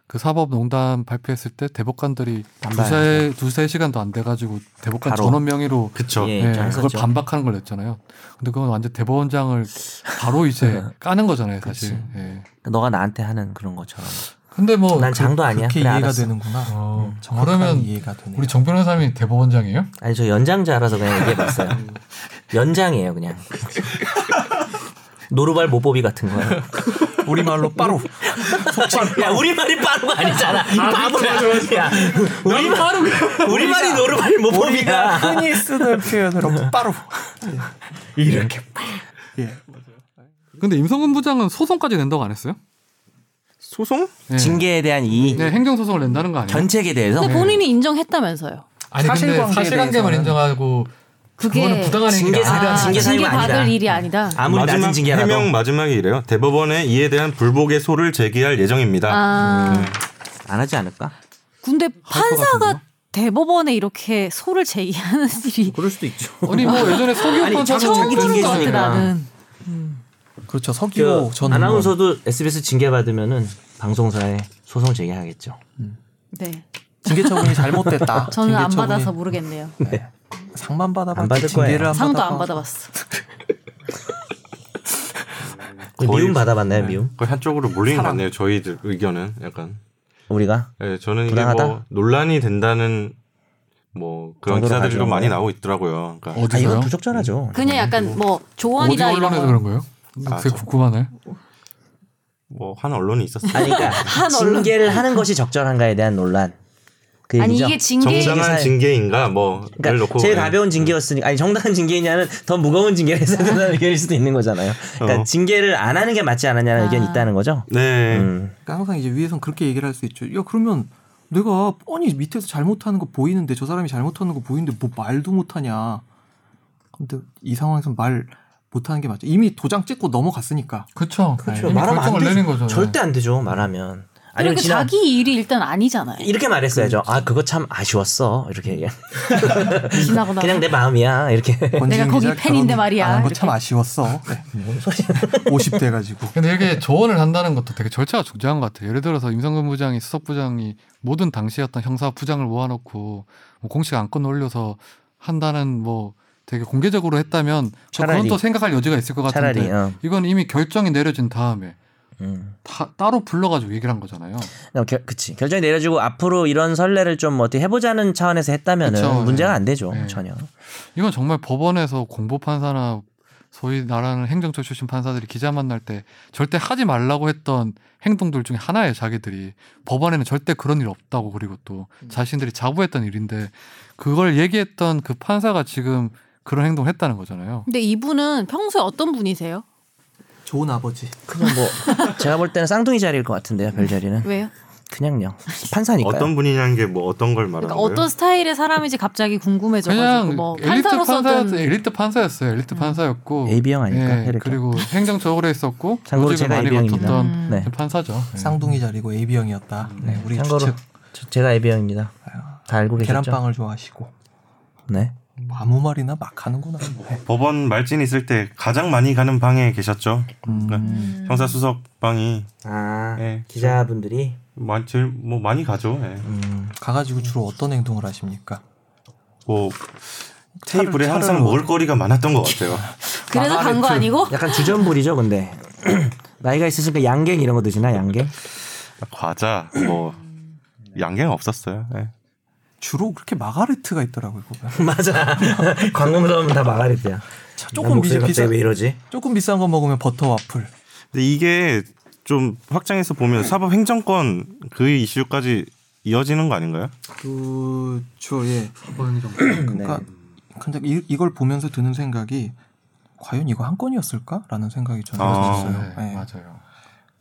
그 사법농단 발표했을 때 대법관들이 네. 두세 두세 시간도 안 돼가지고 대법관 바로. 전원 명의로 그쵸. 예, 예, 그걸 했었죠. 반박하는 걸 냈잖아요. 근데 그건 완전 대법원장을 바로 이제 네. 까는 거잖아요, 사실. 예. 너가 나한테 하는 그런 것처럼. 근데 뭐 난 장도 아니야. 그렇게 그래, 이해가 알았어. 되는구나. 어, 음, 정확한 그러면 이해가 되네요. 우리 정 변호사님이 대법원장이에요? 아니 저 연장자라서 그냥 얘기해봤어요. 연장이에요 그냥. 노르발 모보비 같은 거예요. 말로 빠로 야 우리 말이 빠른 거 아니잖아. 이 바보야. 야, 우리 말 우리 말이 노르발 모보비야. 흔히 쓰는 *laughs* 표현으로 빠로 이렇게. 근데 임성근 부장은 소송까지 낸다고 안 했어요? 소송? 예. 징계에 대한 이 네, 행정 소송을 낸다는 거 아니에요? 견책에 대해서 근데 본인이 인정했다면서요. 아니 근데 사실관계에 사실관계만 대해서는- 인정하고 그게 그거는 부당한 징계 행위가 사유 아니라 징계 징계 사유가 아니라 받을 일이 아니다. 아무리 낮은 징계라도 해명 마지막이 이래요. 대법원에 이에 대한 불복의 소를 제기할 예정입니다. 아, 안 하지 않을까? 근데 판사가 같은데요? 대법원에 이렇게 소를 제기하는 *laughs* 일이 그럴 수도 있죠. 아니 뭐 예전에 서기욱 아니, 판사도 처음 처음 보는 것 같아 징계수니까. 나는. 그렇죠 그 서기호 전 의원. 아나운서도 SBS 징계 받으면은 방송사에 소송 제기하겠죠. 네, 징계 처분이 잘못됐다. 저는 징계 안 처분이- 받아서 모르겠네요. 상만 받아봤지 안 받을 징계를 거예요. 안 상도 받아봐. 안 받아봤어. 거의- 그 미움 받아봤나요 미움? 네. 거의 한쪽으로 몰린 것 사랑. 같네요. 저희들 의견은 약간. 우리가 아, 예, 저는 이게 불안하다? 뭐 논란이 된다는 뭐 그런 정도로 네. 기사들이 좀 가져온 많이 거예요? 나오고 있더라고요. 그러니까 아 어디서요? 이건 부적절하죠. 그냥 약간 뭐 어디 조언이다 이런 언론에서 거. 그런 거예요? 아, 되게 저- 궁금하네. 뭐한 언론이 있었어요. 아니 그러니까 징계를 하는 것이 적절한가에 대한 논란. 그 아니 얘기죠? 이게 징계 정당한 사회- 징계인가 뭐를 그러니까 놓고 제일 예. 가벼운 징계였으니까 아니 정당한 징계냐는 더 무거운 징계를 해서 된다는 의견일 수도 있는 거잖아요. 그러니까 어. 징계를 안 하는 게 맞지 않느냐는 아. 의견이 있다는 거죠. 네. 음. 그러니까 항상 이제 위에선 그렇게 얘기를 할 수 있죠. 야 그러면 내가 뻔히 밑에서 잘못하는 거 보이는데 저 사람이 잘못하는 거 보이는데 뭐 말도 못하냐. 근데 이 상황에서 말 못하는 게 맞죠. 이미 도장 찍고 넘어갔으니까. 그렇죠. 그렇죠. 이미 말하면 안 결정을 내린 거죠. 되죠. 절대 안 되죠. 말하면. 아니면 그리고 지난 자기 일이 일단 아니잖아요. 이렇게 말했어야죠. 아 그거 참 아쉬웠어. 이렇게 얘기. 지나고 나서 그냥 내 마음이야. 이렇게. 권지윤 거기 기자 팬인데 결혼 말이야. 안한 이렇게. 거참 아쉬웠어. 네. *laughs* 50 돼가지고. 근데 이렇게 조언을 한다는 것도 되게 절차가 중요한 것 같아요. 예를 들어서 임성근 부장이 수석 부장이 모든 당시였던 형사 부장을 모아놓고 뭐 공식 안건 올려서 한다는 뭐 되게 공개적으로 했다면 또 그건 차라리. 또 생각할 여지가 있을 것 같은데 차라리. 어. 이건 이미 결정이 내려진 다음에 음. 다- 따로 불러가지고 얘기를 한 거잖아요. 어, 결, 그치. 결정이 내려지고 앞으로 이런 선례를 좀 어떻게 해보자는 차원에서 했다면은 그쵸, 네. 문제가 안 되죠. 네. 전혀. 이건 정말 법원에서 공보 판사나 소위 나라는 행정처 출신 판사들이 기자 만날 때 절대 하지 말라고 했던 행동들 중에 하나예요. 자기들이 법원에는 절대 그런 일 없다고 그리고 또 음. 자신들이 자부했던 일인데 그걸 얘기했던 그 판사가 지금 그런 행동을 했다는 거잖아요. 근데 이분은 평소에 어떤 분이세요? 좋은 아버지. 그냥 뭐 *laughs* 제가 볼 때는 쌍둥이 자리일 것 같은데요. 별 자리는. 왜요? 그냥요. 판사니까요. 어떤 분이냐는 게 뭐 어떤 걸 말하는 그러니까 거예요? 어떤 스타일의 사람인지 갑자기 궁금해져가지고 그냥 뭐 음. 엘리트 판사로서든 판사였 엘리트 판사였어요. 엘리트 판사였고 AB형 아닐까? 예, 혈액형. 그리고 행정처 오래 있었고 참고로 조직을 제가 많이 AB형입니다. 거쳤던 음. 네. 판사죠. 예. 쌍둥이 자리고 AB형이었다. 네, 우리 음, 참고로 추측. 저- 제가 AB형입니다. 다 알고 계셨죠? 계란빵을 좋아하시고. 네. 뭐 아무 말이나 막 하는구나. 음. 네. 법원 말진 있을 때 가장 많이 가는 방에 계셨죠. 음. 그러니까 형사 수석 방이 아 네. 예. 기자분들이 많 제일 뭐 많이 가죠. 예. 음. 네. 가가지고 주로 어떤 행동을 하십니까? 뭐 차를- 테이블에 항상 차를 먹을거리가 많았던 것 *laughs* 같아요. 그래서 간 거 아니고 약간 주전부리죠, 근데 *clears throat* 나이가 있으시니까 양갱 이런 거 드시나 양갱? 과자 뭐 양갱 없었어요. 예. 주로 그렇게 마가레트가 있더라고요. *laughs* 보면. 맞아. *laughs* 광고 나오면 다 마가렛이야. 자, 난 조금 비, 목소리 갑자기 비싼 왜 이러지? 조금 비싼 거 먹으면 버터 와플. 근데 이게 좀 확장해서 보면 사법 행정권 그 이슈까지 이어지는 거 아닌가요? 그죠 예. 그러니까 네. 근데 이, 이걸 보면서 드는 생각이 과연 이거 한 건이었을까라는 생각이 저는 아, 들었어요. 네, 예. 맞아요.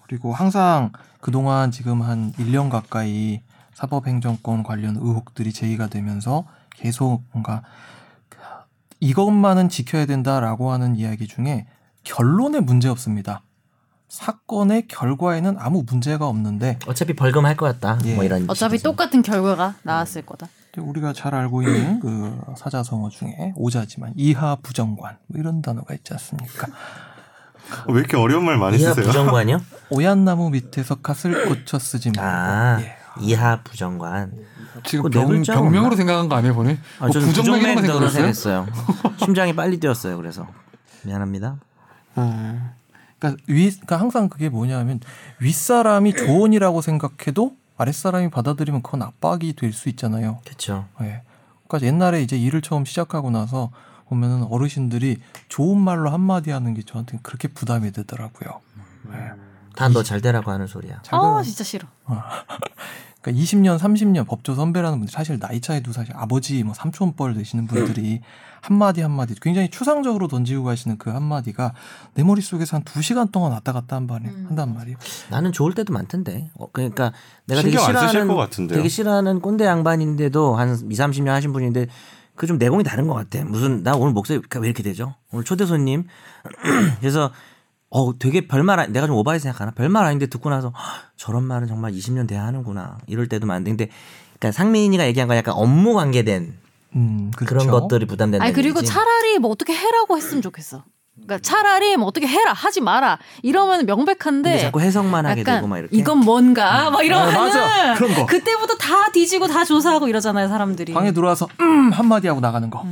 그리고 항상 그동안 지금 한 1년 가까이 사법행정권 관련 의혹들이 제기가 되면서 계속 뭔가 이것만은 지켜야 된다라고 하는 이야기 중에 결론에 문제 없습니다. 사건의 결과에는 아무 문제가 없는데 어차피 벌금 할 것 같다. 예. 뭐 이런. 어차피 식으로. 똑같은 결과가 나왔을 거다. 이제 우리가 잘 알고 있는 그 사자성어 중에 오자지만 이하 부정관 뭐 이런 단어가 있지 않습니까? 왜 이렇게 어려운 말 많이 이하 쓰세요? 부정관이요? *laughs* 오얏나무 밑에서 갓을 고쳐 쓰지 말고 아 예. 이하 부정관. 지금 그거 네 병, 글자가 병명으로 없나? 생각한 거 아니에요, 본인? 뭐 아, 저는 부정맥 이런 거 부정맥으로 생각했어요? 생각했어요. *laughs* 심장이 빨리 뛰었어요. 그래서 미안합니다. 그러니까 위 그러니까 항상 그게 뭐냐면 윗사람이 조언이라고 생각해도 아랫사람이 받아들이면 그건 압박이 될 수 있잖아요. 그렇죠. 예. 그러니까 옛날에 이제 일을 처음 시작하고 나서 보면은 어르신들이 좋은 말로 한마디 하는 게 저한테 그렇게 부담이 되더라고요. 다 너 잘 되라고 하는 소리야. 잘 아 들어요. 진짜 싫어. 그러니까 20년, 30년 법조 선배라는 분들 사실 나이 차이도 사실 아버지 뭐 삼촌뻘 되시는 분들이 한마디 한마디 굉장히 추상적으로 던지고 가시는 그 한마디가 내 머릿속에서 한 두시간 동안 왔다 갔다 한 말이, 음. 한단 말이에요. 나는 좋을 때도 많던데. 어, 그러니까 내가 되게 신경 안 쓰실 싫어하는 것 같은데요. 되게 싫어하는 꼰대 양반인데도 한 2, 30년 하신 분인데 그 좀 내공이 다른 것 같아. 무슨 나 오늘 목소리 왜 이렇게 되죠? 오늘 초대 손님. *clears throat* 그래서 어 되게 별말 아니- 내가 좀 오바해 생각하나 별말 아닌데 듣고 나서 헉, 저런 말은 정말 20년 돼야 하는구나 이럴 때도 많은데 그러니까 상민이가 얘기한 건 약간 업무 관계된 음, 그 그렇죠. 런 것들이 부담된다. 아니 그리고 얘기지. 차라리 뭐 어떻게 해라고 했으면 좋겠어. 그러니까 차라리 뭐 어떻게 해라 하지 마라 이러면 근데 명백한데 자꾸 해석만 하게 되고 막 약간 이렇게. 음. 어, 이건 뭔가 막 이러면은 맞아. 그런 거. 그때부터 다 뒤지고 다 조사하고 이러잖아요 사람들이. 방에 들어와서 음 한마디 하고 나가는 거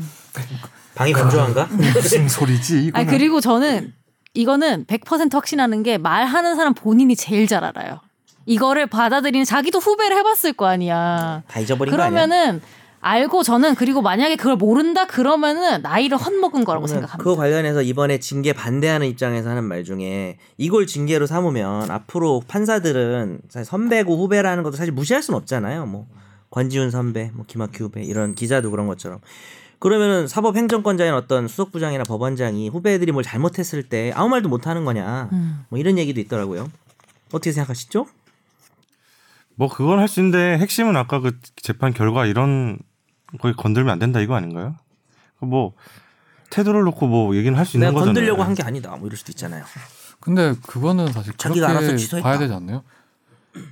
방이 건조한가? 음. 무슨 소리지 이거 아니 그리고 저는 이거는 100% 확신하는 게 말하는 사람 본인이 제일 잘 알아요. 이거를 받아들이는 자기도 후배를 해봤을 거 아니야. 다 잊어버린 거 아니야? 그러면은 알고 저는 그리고 만약에 그걸 모른다 그러면은 나이를 헛먹은 거라고 저는 생각합니다. 그거 관련해서 이번에 징계 반대하는 입장에서 하는 말 중에 이걸 징계로 삼으면 앞으로 판사들은 사실 선배고 후배라는 것도 사실 무시할 수는 없잖아요. 뭐 권지훈 선배, 뭐 김학규 후배 이런 기자도 그런 것처럼 그러면은 사법행정권자인 어떤 수석부장이나 법원장이 후배들이 뭘 잘못했을 때 아무 말도 못하는 거냐 음. 뭐 이런 얘기도 있더라고요. 어떻게 생각하시죠? 뭐 그건 할 수 있는데 핵심은 아까 그 재판 결과 이런 거에 건들면 안 된다 이거 아닌가요? 뭐 태도를 놓고 뭐 얘기는 할 수 있는 내가 거잖아요. 건들려고 한 게 아니다 뭐 이럴 수도 있잖아요. 근데 그거는 사실 자기가 알아서 그렇게 취소했다. 봐야 되지 않나요?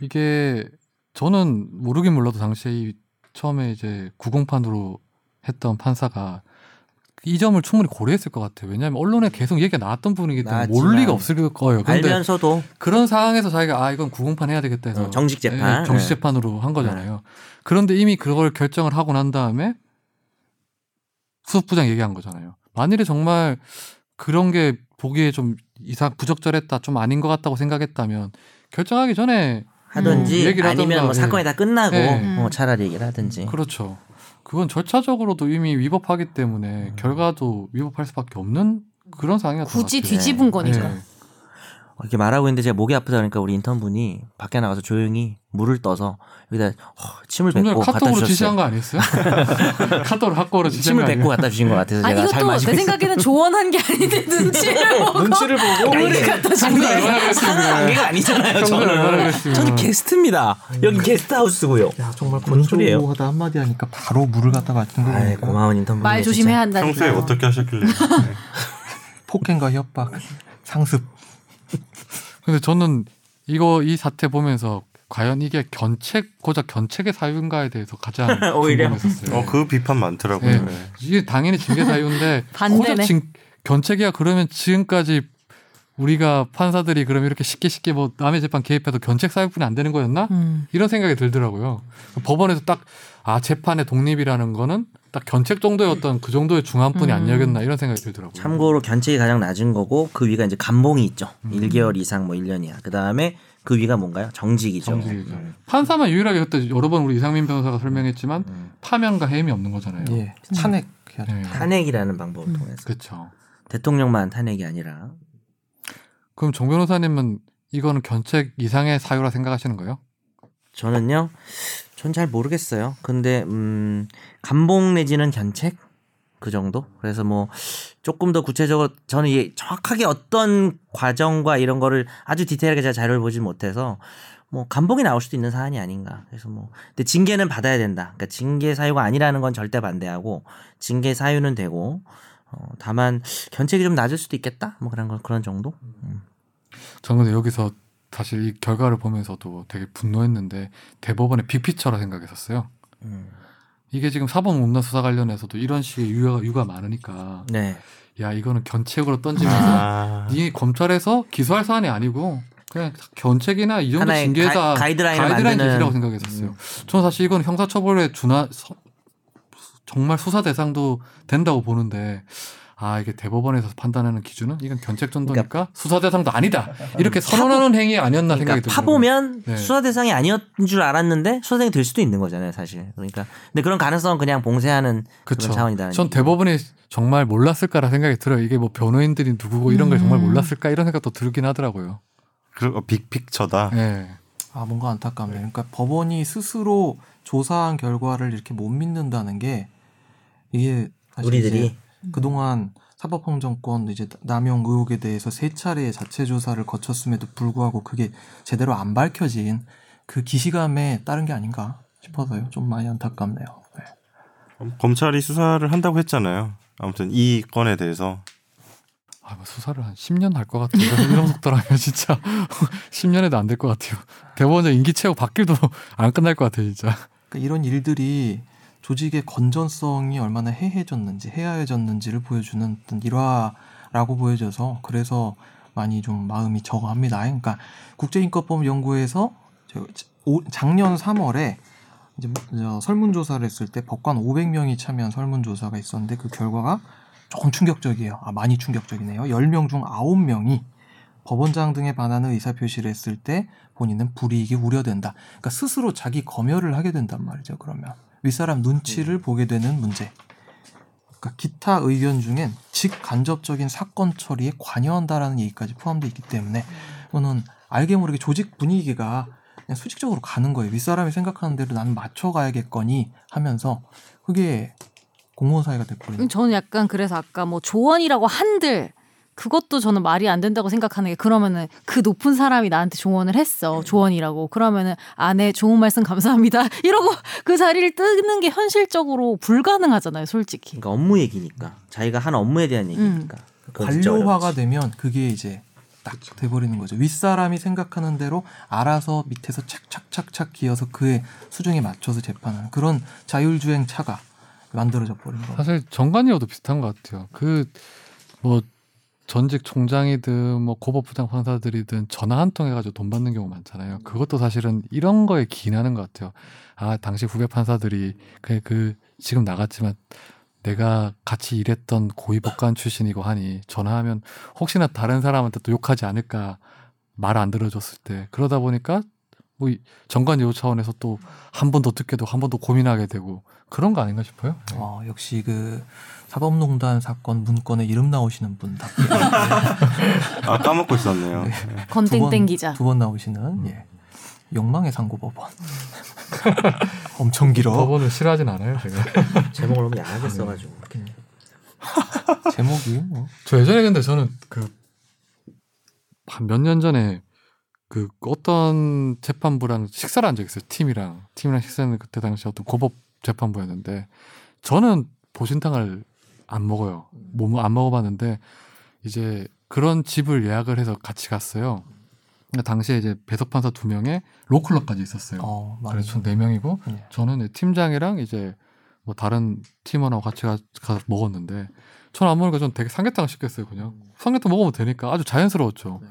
이게 저는 모르긴 몰라도 당시에 이 처음에 이제 구공판으로 했던 판사가 이 점을 충분히 고려했을 것 같아요. 왜냐하면 언론에 계속 얘기가 나왔던 분이기 때문에 모를 나왔지만 리가 없을 거예요. 근데 알면서도 그런 상황에서 자기가 아 이건 구공판 해야 되겠다 해서 어, 정식 재판. 예, 정식 네. 재판으로 한 거잖아요. 그런데 이미 그걸 결정을 하고 난 다음에 수석부장 얘기한 거잖아요. 만일에 정말 그런 게 보기에 좀 이상 부적절했다, 좀 아닌 것 같다고 생각했다면 결정하기 전에 하든지 음, 얘기를 아니면 뭐 하던가, 예. 사건이 다 끝나고 예. 뭐 차라리 얘기를 하든지. 그렇죠. 그건 절차적으로도 이미 위법하기 음. 때문에 결과도 위법할 수밖에 없는 그런 상황이었던 굳이 것 같아요. 뒤집은 거니까. 예. 이렇게 말하고 있는데 제가 목이 아프다 그러니까 우리 인턴분이 밖에 나가서 조용히 물을 떠서 여기다 허, 침을 좀 전에 뱉고 갖다 카톡으로 주셨어요. 지시한 거 *laughs* 아니었어요? *laughs* 카톡으로 학고로 지시한 거 네. 침을 아니에요? 뱉고 갖다 주신 것 같아서 아 제가 잘 이것도 마시고 내 생각에는 조언한 게 아닌데 눈치를 보고 눈치를 *laughs* 보고 물을 갖다 준 상관 네. 거예요. 얼마나 관계가 아니잖아요. 정말 얼마나 저는 그랬으면. 저는 게스트입니다. 여기 게스트하우스고요. 야 정말 뭔 소리예요? 건조하다 한마디 하니까 바로 물을 갖다 맞춘 아이, 거니까 고마운 인턴분. 말 조심해야 한다. 평소에 어떻게 하셨길래? 폭행과 협박, 상습. 근데 저는 이거 이 사태 보면서 과연 이게 견책 고작 견책의 사유인가에 대해서 가장 오히려. 궁금했었어요. 어그 비판 많더라고요. 예. 예. 이게 당연히 징계 사유인데 반대네. 고작 징, 견책이야 그러면 지금까지 우리가 판사들이 그럼 이렇게 쉽게 쉽게 뭐 남의 재판 개입해도 견책 사유뿐이 안 되는 거였나? 음. 이런 생각이 들더라고요. 법원에서 딱 아 재판의 독립이라는 거는 딱 견책 정도의 어떤 그 정도의 중함뿐이 아니었나 이런 생각이 들더라고요. 참고로 견책이 가장 낮은 거고 그 위가 이제 감봉이 있죠. 1개월 이상 뭐 1년이야. 그 다음에 그 위가 뭔가요? 정직이죠. 정직이죠. 판사만 유일하게 그때 여러 번 우리 이상민 변호사가 설명했지만 파면과 해임이 없는 거잖아요. 예. 탄핵 해야죠. 네. 음. 탄핵이라는 방법을 통해서 그렇죠. 대통령만 탄핵이 아니라 그럼 정 변호사님은 이거는 견책 이상의 사유라 생각하시는 거예요? 저는요, 전 잘 모르겠어요. 근데 음 감봉 내지는 견책 그 정도. 그래서 뭐 조금 더 구체적으로 저는 이게 정확하게 어떤 과정과 이런 거를 아주 디테일하게 제가 자료를 보지 못해서 뭐 감봉이 나올 수도 있는 사안이 아닌가. 그래서 뭐 근데 징계는 받아야 된다. 그러니까 징계 사유가 아니라는 건 절대 반대하고 징계 사유는 되고 어, 다만 견책이 좀 낮을 수도 있겠다. 뭐 그런 거 그런 정도. 저는 근데 여기서 사실 이 결과를 보면서도 되게 분노했는데 대법원의 빅피처라 생각했었어요. 음. 이게 지금 사법 문란 수사 관련해서도 이런 식의 유가 유가 많으니까 네. 야 이거는 견책으로 던지면서 아, 이 검찰에서 기소할 사안이 아니고 그냥 견책이나 이 정도 하나의 징계다 가이- 가이드라인을 가이드라인 만드는- 음. 제시라고 생각했었어요. 저는 사실 이건 형사처벌에 준하 서- 정말 수사 대상도 된다고 보는데 아 이게 대법원에서 판단하는 기준은 이건 견책 정도니까 수사 *laughs* 대상도 아니다 이렇게 선언하는 행위 아니었나 생각이 그러니까 들어요. 파보면 네. 수사 대상이 아니었는 줄 알았는데 수사 대상이 될 수도 있는 거잖아요, 사실. 그러니까 근데 그런 가능성은 그냥 봉쇄하는 그런 그쵸. 차원이다. 전 대법원이 정말 몰랐을까라 생각이 들어요. 이게 뭐 변호인들이 누구고 이런 걸 정말 음. 몰랐을까 이런 생각도 들긴 하더라고요. 그 빅픽처다. 예. 아 뭔가 안타깝네요. 그러니까 법원이 스스로 조사한 결과를 이렇게 못 믿는다는 게 이게 사실 우리들이 이제 그동안 사법행정권 이제 남용 의혹에 대해서 세 차례의 자체 조사를 거쳤음에도 불구하고 그게 제대로 안 밝혀진 그 기시감에 따른 게 아닌가 싶어서요. 좀 많이 안타깝네요. 네. 검찰이 수사를 한다고 했잖아요. 아무튼 이 건에 대해서 아, 뭐 수사를 한 10년 할 것 같은데 이런 속도라면 진짜 *laughs* 10년에도 안 될 것 같아요. 대법원장 임기 채우 받기도 *laughs* 안 끝날 것 같아요, 진짜. 그러니까 이런 일들이 조직의 건전성이 얼마나 해해졌는지 해야해졌는지를 보여주는 어떤 일화라고 보여져서 그래서 많이 좀 마음이 저거합니다. 그러니까 국제인권법 연구에서 저- 오- 작년 3월에 이제 뭐- 저 설문조사를 했을 때 법관 500명이 참여한 설문조사가 있었는데 그 결과가 조금 충격적이에요. 아, 많이 충격적이네요. 10명 중 9명이 법원장 등에 반하는 의사표시를 했을 때 본인은 불이익이 우려된다. 그러니까 스스로 자기 검열을 하게 된단 말이죠. 그러면 윗사람 눈치를 보게 되는 문제. 그러니까 기타 의견 중엔 직간접적인 사건 처리에 관여한다라는 얘기까지 포함되어 있기 때문에 또는 알게 모르게 조직 분위기가 그냥 수직적으로 가는 거예요. 윗사람이 생각하는 대로 나는 맞춰가야겠거니 하면서 그게 공무원 사회가 돼버리는 음, 저는 약간 그래서 아까 뭐 조언이라고 한들 그것도 저는 말이 안 된다고 생각하는 게 그러면은 그 높은 사람이 나한테 조언을 했어 조언이라고 그러면은 아네 좋은 말씀 감사합니다 *laughs* 이러고 그 자리를 뜨는 게 현실적으로 불가능하잖아요 솔직히 그러니까 업무 얘기니까 자기가 한 업무에 대한 얘기니까 음. 그건 진짜 관료화가 어렵지. 그렇죠. 되면 그게 이제 딱 돼버리는 거죠. 윗사람이 생각하는 대로 알아서 밑에서 착착착착 기어서 그의 수준에 맞춰서 재판하는 그런 자율주행 차가 만들어져 버린 아. 거. 사실 정관이어도 비슷한 것 같아요. 그 뭐 전직 총장이든 뭐 고법 부장 판사들이든 전화 한 통 해가지고 돈 받는 경우 많잖아요. 그것도 사실은 이런 거에 기인하는 것 같아요. 아 당시 후배 판사들이 그, 그 지금 나갔지만 내가 같이 일했던 고위 법관 출신이고 하니 전화하면 혹시나 다른 사람한테 또 욕하지 않을까 말 안 들어줬을 때 그러다 보니까 뭐 이- 정관 요 차원에서 또 한 번 더 듣게 되고 한 번 더 고민하게 되고 그런 거 아닌가 싶어요. 네. 어, 역시 그 사법농단 사건 문건에 이름 나오시는 분답게 아 까먹고 있었네요. 건땡땡 기자 두번 나오시는 음. 예. 욕망의 상고법원. *laughs* 엄청 길어. 법원을 싫어하진 않아요, 제가. *laughs* 제목을 너무 야하게 써가지고 제목이 뭐 저 예전에 근데 저는 그 한 몇 년 전에 그 어떤 재판부랑 식사를 한 적 있어요. 팀이랑 팀이랑 식사는 그때 당시 어떤 고법 재판부였는데 저는 보신탕을 안 먹어요. 몸안 먹어봤는데 이제 그런 집을 예약을 해서 같이 갔어요. 근데 당시에 이제 배석 판사 두 명에 로컬러까지 있었어요. 어, 많이 그래서 총네 명이고 예. 저는 이제 팀장이랑 이제 뭐 다른 팀원하고 같이 가, 가서 먹었는데 저는 안 먹으니까 저는 되게 삼계탕 시켰어요 그냥 삼계탕 먹으면 되니까 아주 자연스러웠죠.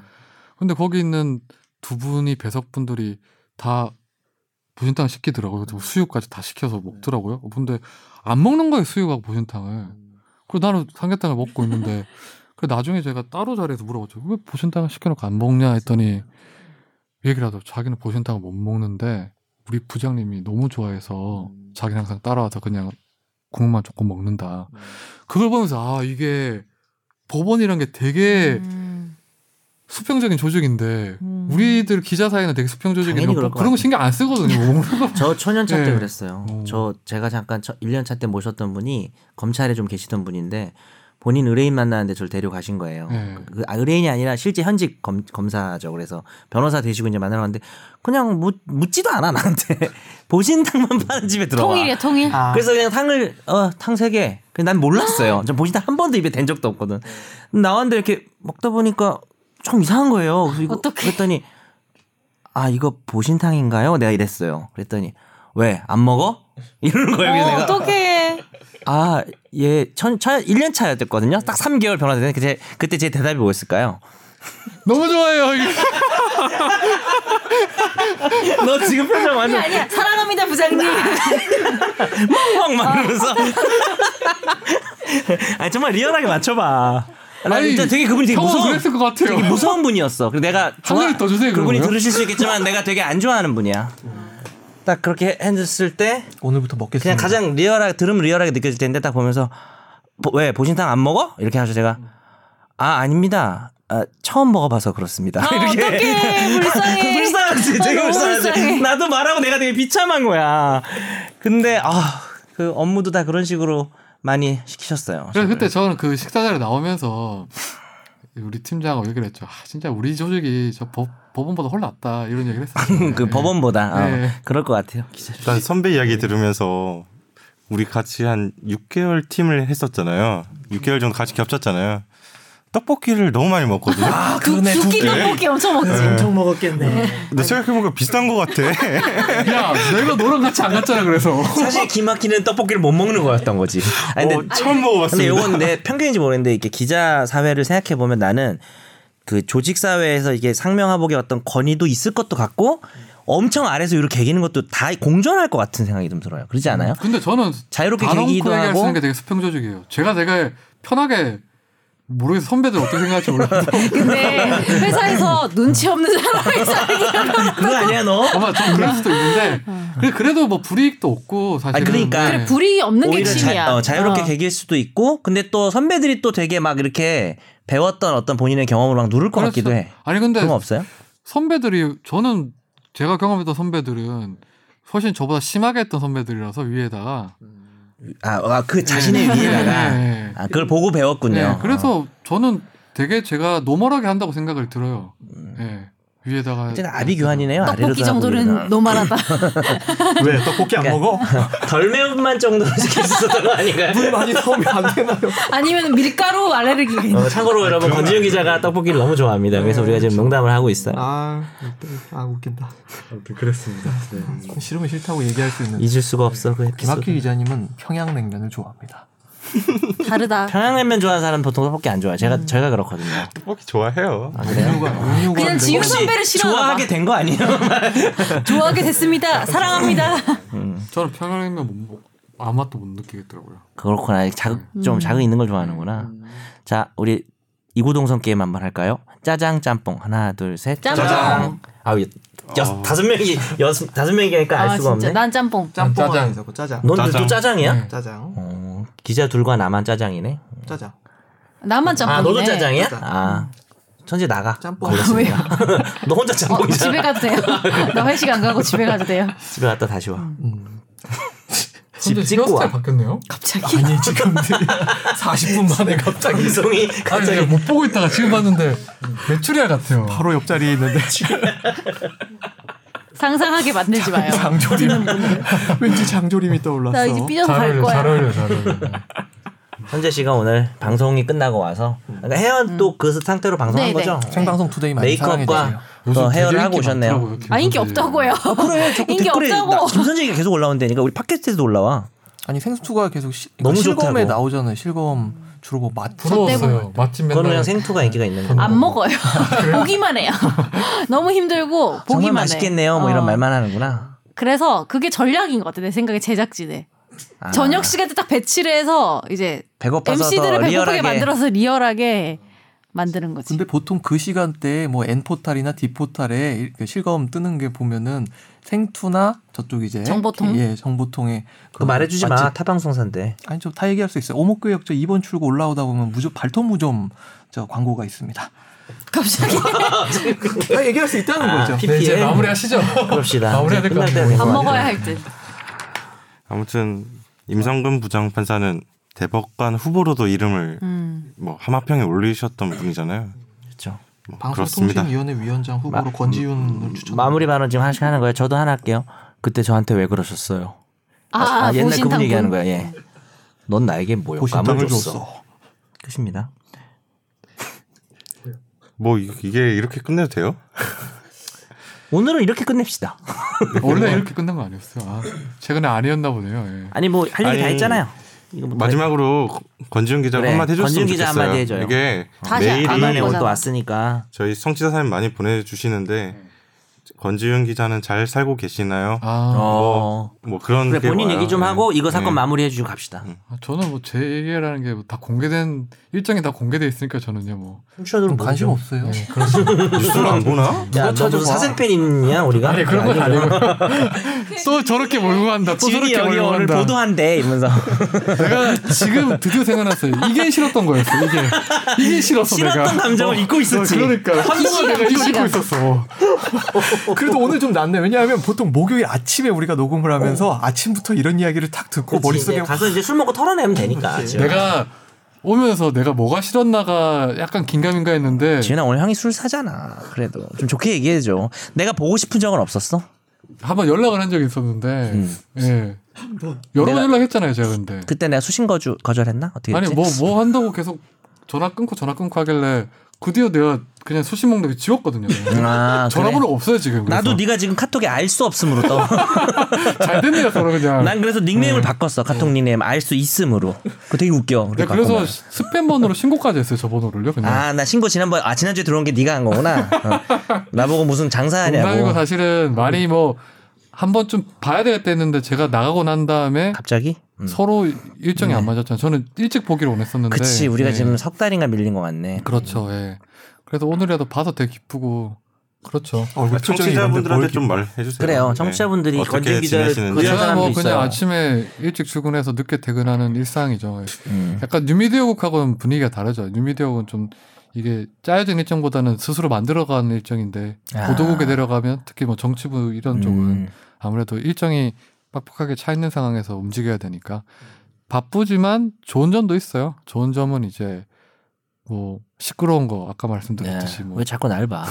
근데 거기 있는 두 분이 배석 분들이 다 보신탕 시키더라고요. 또 수육까지 다 시켜서 먹더라고요. 근데 안 먹는 거예요 수육하고 보신탕을. 음. 그리고 나는 삼계탕을 먹고 있는데 그 나중에 제가 따로 자리에서 물어봤죠. 왜 보신탕을 시켜놓고 안 먹냐 했더니 얘기를 하더라고. 자기는 보신탕을 못 먹는데 우리 부장님이 너무 좋아해서 음. 자기는 항상 따라와서 그냥 국물만 조금 먹는다. 음. 그걸 보면서 아 이게 법원이란 게 되게 음, 수평적인 조직인데 음. 우리들 기자 사이는 되게 수평 조직이고 당연히 그럴 그런 것 거 신경 안 *laughs* 쓰거든요. 저 초년차 때 예. 그랬어요. 오. 저 제가 잠깐 1년차 때 모셨던 분이 검찰에 좀 계시던 분인데 본인 의뢰인 만나는데 저를 데려가신 거예요. 예. 그 아, 의뢰인이 아니라 실제 현직 검, 검사죠. 그래서 변호사 되시고 이제 만나러 갔는데 그냥 묻, 묻지도 않아 나한테 *laughs* 보신탕만 파는 집에 들어와. 아. 통일이야 통일 그래서 그냥 탕을 어탕 세 개. 근데 난 *gasps* 몰랐어요. 전 보신탕 한 번도 입에 댄 적도 없거든. 나왔는데 이렇게 먹다 보니까 좀 이상한 거예요. 그래서 이거 어떡해. 그랬더니 아 이거 보신탕인가요? 내가 이랬어요. 그랬더니 왜 안 먹어? *laughs* 이러는 거예요. 그래서 어, 내가 어떡해 아, 예, 전, 전 1년 차였거든요. 딱 3개월 변화됐는데 그때, 그때 제 대답이 *laughs* 뭐였을까요? 너무 좋아요. 이게. 너 지금 표정 완전 아니야 사랑합니다 부장님 뻥뻥 막 이러면서. *laughs* 아니, 정말 리얼하게 맞춰봐. 나 아니, 진짜 되게 그분이 되게 형은 무서운, 그랬을 것 같아요. 되게 무서운 분이었어. 그리고 내가 한글 더 주세요, 그분이 그러면. 들으실 수 있겠지만 내가 되게 안 좋아하는 분이야. 딱 그렇게 했을 때 오늘부터 그냥 먹겠습니다. 가장 리얼하게 들으면 리얼하게 느껴질 텐데 딱 보면서 보- 왜 보신탕 안 먹어? 이렇게 하죠 제가 아 아닙니다. 아, 처음 먹어봐서 그렇습니다. 아, 이렇게 그 어떡해 불쌍해 불쌍하지, 아, 되게 너무 네. 불쌍하지. 나도 말하고 내가 되게 비참한 거야. 근데 아 그 업무도 다 그런 식으로 많이 시키셨어요. 그래서 그때 저는 그 식사 자리 나오면서 우리 팀장하고 얘기를 했죠. 아, 진짜 우리 조직이 저 법, 법원보다 훨 낫다 이런 얘기를 했어요. 그 법원보다 어, 네. 그럴 것 같아요. 기자. 네. 일단 선배 이야기 들으면서 우리 같이 한 6개월 팀을 했었잖아요. 6개월 정도 같이 겹쳤잖아요. 떡볶이를 너무 많이 먹거든요. 아, 아, 두, 두끼 떡볶이 엄청 네. 먹지 엄청 먹었겠네. 어, 근데 생각해보니까 비슷한 것 같아. *laughs* 야 내가 너랑 같이 안 갔잖아 그래서. 사실 기막히는 떡볶이를 못 먹는 거였던 거지. 아니, 근데 어, 처음 근데 먹어봤습니다. 요건 내 편견인지 모르겠는데 이렇게 기자 사회를 생각해 보면 나는 그 조직 사회에서 이게 상명하복의 어떤 권위도 있을 것도 같고 엄청 아래서 이렇게 개기는 것도 다 공존할 것 같은 생각이 좀 들어요. 그러지 않아요? 근데 저는 자유롭게 단언코 개기기도 얘기할 수 하고 있는 게 되게 수평조직이에요. 제가 되게 편하게 모르겠어 선배들 어떻게 생각할지 몰라도 *laughs* 근데 회사에서 눈치 없는 사람이 살기라고 그거 아니야 너? 아마 좀 그럴 수도 있는데 근데 그래도 뭐 불이익도 없고 사실은 그러니까. 네. 그래, 불이 없는 게 오히려 핵심이야. 자, 어, 자유롭게 어. 개길 수도 있고 근데 또 선배들이 또 되게 막 이렇게 배웠던 어떤 본인의 경험을 막 누를 것 그렇죠. 그럴 같기도 수도- 네. 해. 아니 근데 그런 거 없어요? 선배들이 저는 제가 경험했던 선배들은 훨씬 저보다 심하게 했던 선배들이라서 위에다가 아 그 자신의 네. 위에다가 네, 네. 아, 그걸 보고 배웠군요. 네, 어. 그래서 저는 되게 제가 노멀하게 한다고 생각을 들어요. 음. 예. 위에다가 어. 아비규환이네요. 아래로 떡볶이 정도는 노말하다. 왜 떡볶이 네. 안 먹어? 덜 매운맛 정도로 *laughs* 시킬 수 있었던 거 아닌가요? 물 많이 넣으면 안 되나요? 아니면 밀가루 알레르기가 있는. 어, 참고로 여러분 권지윤 기자가 떡볶이를 너무 좋아합니다. 네. 그래서 우리가 지금 농담을 하고 있어요. 아, 아 웃긴다. 아무튼 그랬습니다. 네. 싫으면 싫다고 얘기할 수 있는 잊을 수가 없어 그 김학규 에피소드. 기자님은 평양냉면을 좋아합니다. 다르다. 평양냉면 좋아하는 사람 은 보통 떡볶이 안 좋아해. 제가 음. 제가 그렇거든요. 떡볶이 좋아해요. 음료가 음료가 그냥 냉- 지우 선배를 싫어하나 좋아하게 봐. 된 거 아니에요? 좋아하게 됐습니다. 사랑합니다. 저는 평양냉면 못 먹- 아무 맛도 못 느끼겠더라고요. 그렇구나. 자극 좀 음. 자극 있는 걸 좋아하는구나. 자, 우리 이구동성 게임 한번 할까요? 짜장 짬뽕 하나 둘 셋. 어. 짬뽕. 짜장. 아우 여 다섯 명이 여 다섯 명이니까 알 아 수가 진짜 없네. 난 짬뽕. 그 짬뽕 짜장. 안에 있었고 짜장, 넌 또 짜장. 짜장이야? 짜장, 어, 기자 둘과 나만 짜장이네. 짜장. 나만 짬뽕이네. 아 너도 짜장이야? 짜장. 아 천재 나가. 짬뽕. *laughs* 왜요? 너 혼자 어, 짬뽕이잖아. 집에 가도 돼요. 나 회식 안 가고 집에 가도 돼요. *laughs* 집에 갔다 다시 와. 집 찍고 와. 바뀌었네요. 갑자기. 아니 *laughs* 지금 40분 만에 갑자기 이성이 아니 제가 못 보고 있다가 지금 봤는데 메추리알 같아요. 바로 옆자리에 있는데 *laughs* 상상하게 만들지 마요. 장조림 왠지 장조림이 나 떠올랐어. 이제 삐져서 갈 거야. 어울려, 잘 어울려. 현재 씨가 오늘 방송이 끝나고 와서 그러니까 헤어는 또 그 상태로 방송한 음. 네, 네. 거죠? 생방송 투데이 많이 사랑해주세요. 메이크업과 또 헤어를 하고 오셨네요. 아 인기 없다고요. 그래 자꾸 인기 댓글에 없다고. 김선재가 계속 올라온다니까 우리 팟캐스트에도 올라와. 아니 생수가 계속 시, 너무 실검에 좋다고. 나오잖아요. 실검 주로 뭐 맛. 부러웠어요. 맛집 그건 맨날 그냥 생투가 인기가 있는 거. 안 먹어요. 보기만 해요. 너무 힘들고 정말 보기만 해. 맛있겠네요. 뭐 이런 어. 말만 하는구나. 그래서 그게 전략인 것 같아 내 생각에 제작진의 아. 저녁 시간대 딱 배치를 해서 이제 배고파서 MC들을 더 배고프게 리얼하게 만들어서 리얼하게 만드는 거지. 근데 보통 그 시간대에 뭐 N 포탈이나 D 포탈에 이렇게 그 실검 뜨는 게 보면은 생투나 저쪽 이제 정보통? 예 정보통에 그 말해주지 마. 맛집- 타방송사인데. 아니 좀 다 얘기할 수 있어요. 오목교역저 2번 출구 올라오다 보면 무조 발톱 무좀 저 광고가 있습니다. *laughs* 갑자기 다 얘기할 수 있다는 거죠. PPL. 네, 이제 마무리하시죠. 그럽시다. 마무리해야 될것 끝날 때가 같아요. 된것 밥 같아요. 먹어야 할 듯. 아무튼 임성근 부장판사는 대법관 후보로도 이름을 음. 뭐 하마평에 올리셨던 분이잖아요. 그렇죠. 뭐 그렇습니다. 음, 방송통신위원회 위원장 후보로 권지윤을 추천. 마무리 발언 지금 하시 하는 거예요. 저도 하나 할게요. 그때 저한테 왜 그러셨어요? 아, 옛날 보신탕군. 그분 얘기하는 거야. 예. 넌 나에게 모욕감을 보신탕을 줬어. 줬어. 끝입니다. 뭐 이- 이게 이렇게 끝내도 돼요? 오늘은 이렇게 끝냅시다. 원래 이렇게 끝난 거 아니었어요. 아, 최근에 아니었나 보네요. 예. 아니 뭐 할 얘기 다 아니, 했잖아요. 이거 뭐 마지막으로 권지훈 기자 가 그래, 한마디 해줬으면 권지훈 기자 좋겠어요. 한마디 해줘요. 이게 다시 안 메일이 하는 간만에 오늘 거잖아. 또 왔으니까 저희 청취자 사연 많이 보내주시는데 네. 권지윤 기자는 잘 살고 계시나요? 어. 어. 아, 뭐, 뭐 그런 그래 게 본인 와요. 얘기 좀 네. 하고 이거 사건 네. 마무리해 주고 갑시다. 저는 뭐 제 얘기라는 게 다 공개된 일정이 다 공개돼 있으니까 저는요 뭐 훔쳐들은 관심 없어요. 뉴스를 안 보나? 야, 너 무슨 찾아봐. 사생팬 있냐 우리가? 아니 그런 건 *laughs* 아니고 또 저렇게 몰고 간다. 또 지훈이 저렇게 여기 몰고 오늘 간다. 보도한대 *laughs* 이러면서 내가 지금 드디어 생각났어요. 이게 싫었던 거였어. 이게 이게 싫었어 내가. 싫었던 감정을 잊고 있었지. 그러니까 한동안 내가 이거 시간. 잊고 있었어. 어, 그래도 오늘 좀 낫네. 왜냐하면 보통 목요일 아침에 우리가 녹음을 어. 하면서 아침부터 이런 이야기를 탁 듣고 그치, 머릿속에 이제 가서 이제 술 먹고 털어내면 되니까. 지훈아. 내가 오면서 내가 뭐가 싫었나가 약간 긴가민가 했는데 지훈아 오늘 형이 술 사잖아. 그래도 좀 좋게 얘기해 줘. 내가 보고 싶은 적은 없었어? 한번 연락을 한 적이 있었는데 예 뭐, 여러 번 연락했잖아요 제가 근데 그때 내가 수신 거주 거절했나? 어떻게 아니 했지? 뭐 뭐 한다고 계속 전화 끊고 전화 끊고 하길래 드디어 내가 그냥 수십 목록에 지웠거든요. 아, 그래? 전화번호 없어요 지금. 그래서. 나도 네가 지금 카톡에 알 수 없음으로 *laughs* 떠. 잘 됐네요 서로 그냥. 난 그래서 닉네임을 바꿨어. 카톡 닉네임 알 수 있음으로. 그거 되게 웃겨. 네, 그렇게 그래서 바꾼 거야. 스팸 번호로 신고까지 했어요 저 번호를요. 그냥. 아, 나 신고 지난번 아 지난주에 들어온 게 네가 한 거구나. *laughs* 어. 나보고 무슨 농담이고 장사하냐고. 사실은 말이 뭐 한 번쯤 봐야 되겠다 했는데 제가 나가고 난 다음에 갑자기? 음. 네. 서로 일정이 안 맞았잖아요. 저는 일찍 보기로 원했었는데. 그치 우리가 네. 지금 석 달인가 밀린 것 같네. 그렇죠. 예. 그래서 오늘이라도 봐서 되게 기쁘고 그렇죠. 얼굴 표정이 이런데 청취자분들한테 뭘 좀 말해주세요. 그래요. 네. 청취자분들이 어떻게 권준 기자를 지내시는지. 그런 제가 사람도 뭐 그냥 있어요. 아침에 일찍 출근해서 늦게 퇴근하는 일상이죠. 음. 약간 뉴미디어국하고는 분위기가 다르죠. 뉴미디어국은 좀 이게 짜여진 일정보다는 스스로 만들어가는 일정인데 아. 보도국에 내려가면 특히 뭐 정치부 이런 쪽은 음. 아무래도 일정이 빡빡하게 차 있는 상황에서 움직여야 되니까 바쁘지만 좋은 점도 있어요. 좋은 점은 이제 뭐 시끄러운 거 아까 네. 말씀드렸듯이 뭐 왜 자꾸 날 *laughs* 봐?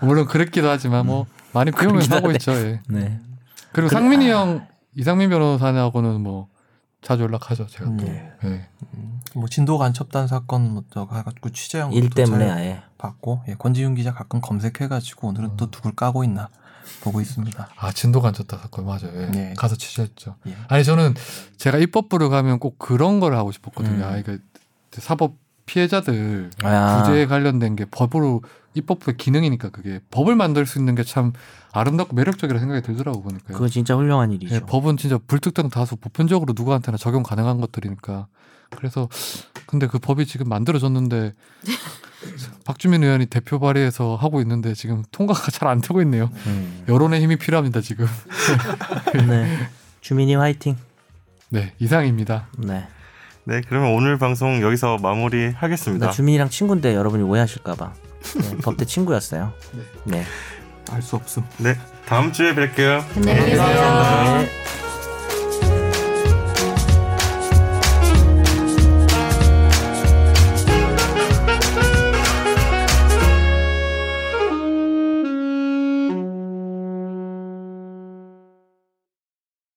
물론 그랬기도 하지만 뭐 많이 비용을 음. 그러기도 하고 하네. 있죠. 예. 네. 그리고 상민이 형 이상민 변호사하고는 뭐 자주 연락하죠. 제가 음. 또. 예. 예. 뭐 진도 간첩단 사건 뭐저 가지고 어, 취재한 일 것도 때문에 잘 아예. 봤고 예, 권지윤 기자 가끔 검색해가지고 오늘은 음. 또 누굴 까고 있나 보고 있습니다. 아 진도가 안 쳤다 사건 맞아요. 예. 예. 가서 취재했죠. 예. 아니 저는 제가 입법부를 가면 꼭 그런 걸 하고 싶었거든요. 음. 아, 그러니까 사법 피해자들 아. 구제에 관련된 게 법으로 입법부의 기능이니까 그게 법을 만들 수 있는 게 참 아름답고 매력적이라 생각이 들더라고 보니까요. 그거 진짜 훌륭한 예, 일이죠. 법은 진짜 불특정 다수 보편적으로 누구한테나 적용 가능한 것들이니까 그래서 근데 그 법이 지금 *laughs* 만들어졌는데 박주민 의원이 대표 발의해서 하고 있는데 지금 통과가 잘 안 되고 있네요. 음. 여론의 힘이 필요합니다 지금. 네. 주민이 화이팅. 네 이상입니다. 네. 네, 그러면 오늘 방송 여기서 나 마무리하겠습니다. 주민이랑 친구인데 여러분이 오해하실까봐. *laughs* 네, 법대 친구였어요. 네. 네, 다음 주에 뵐게요. 안녕히 계세요. 네.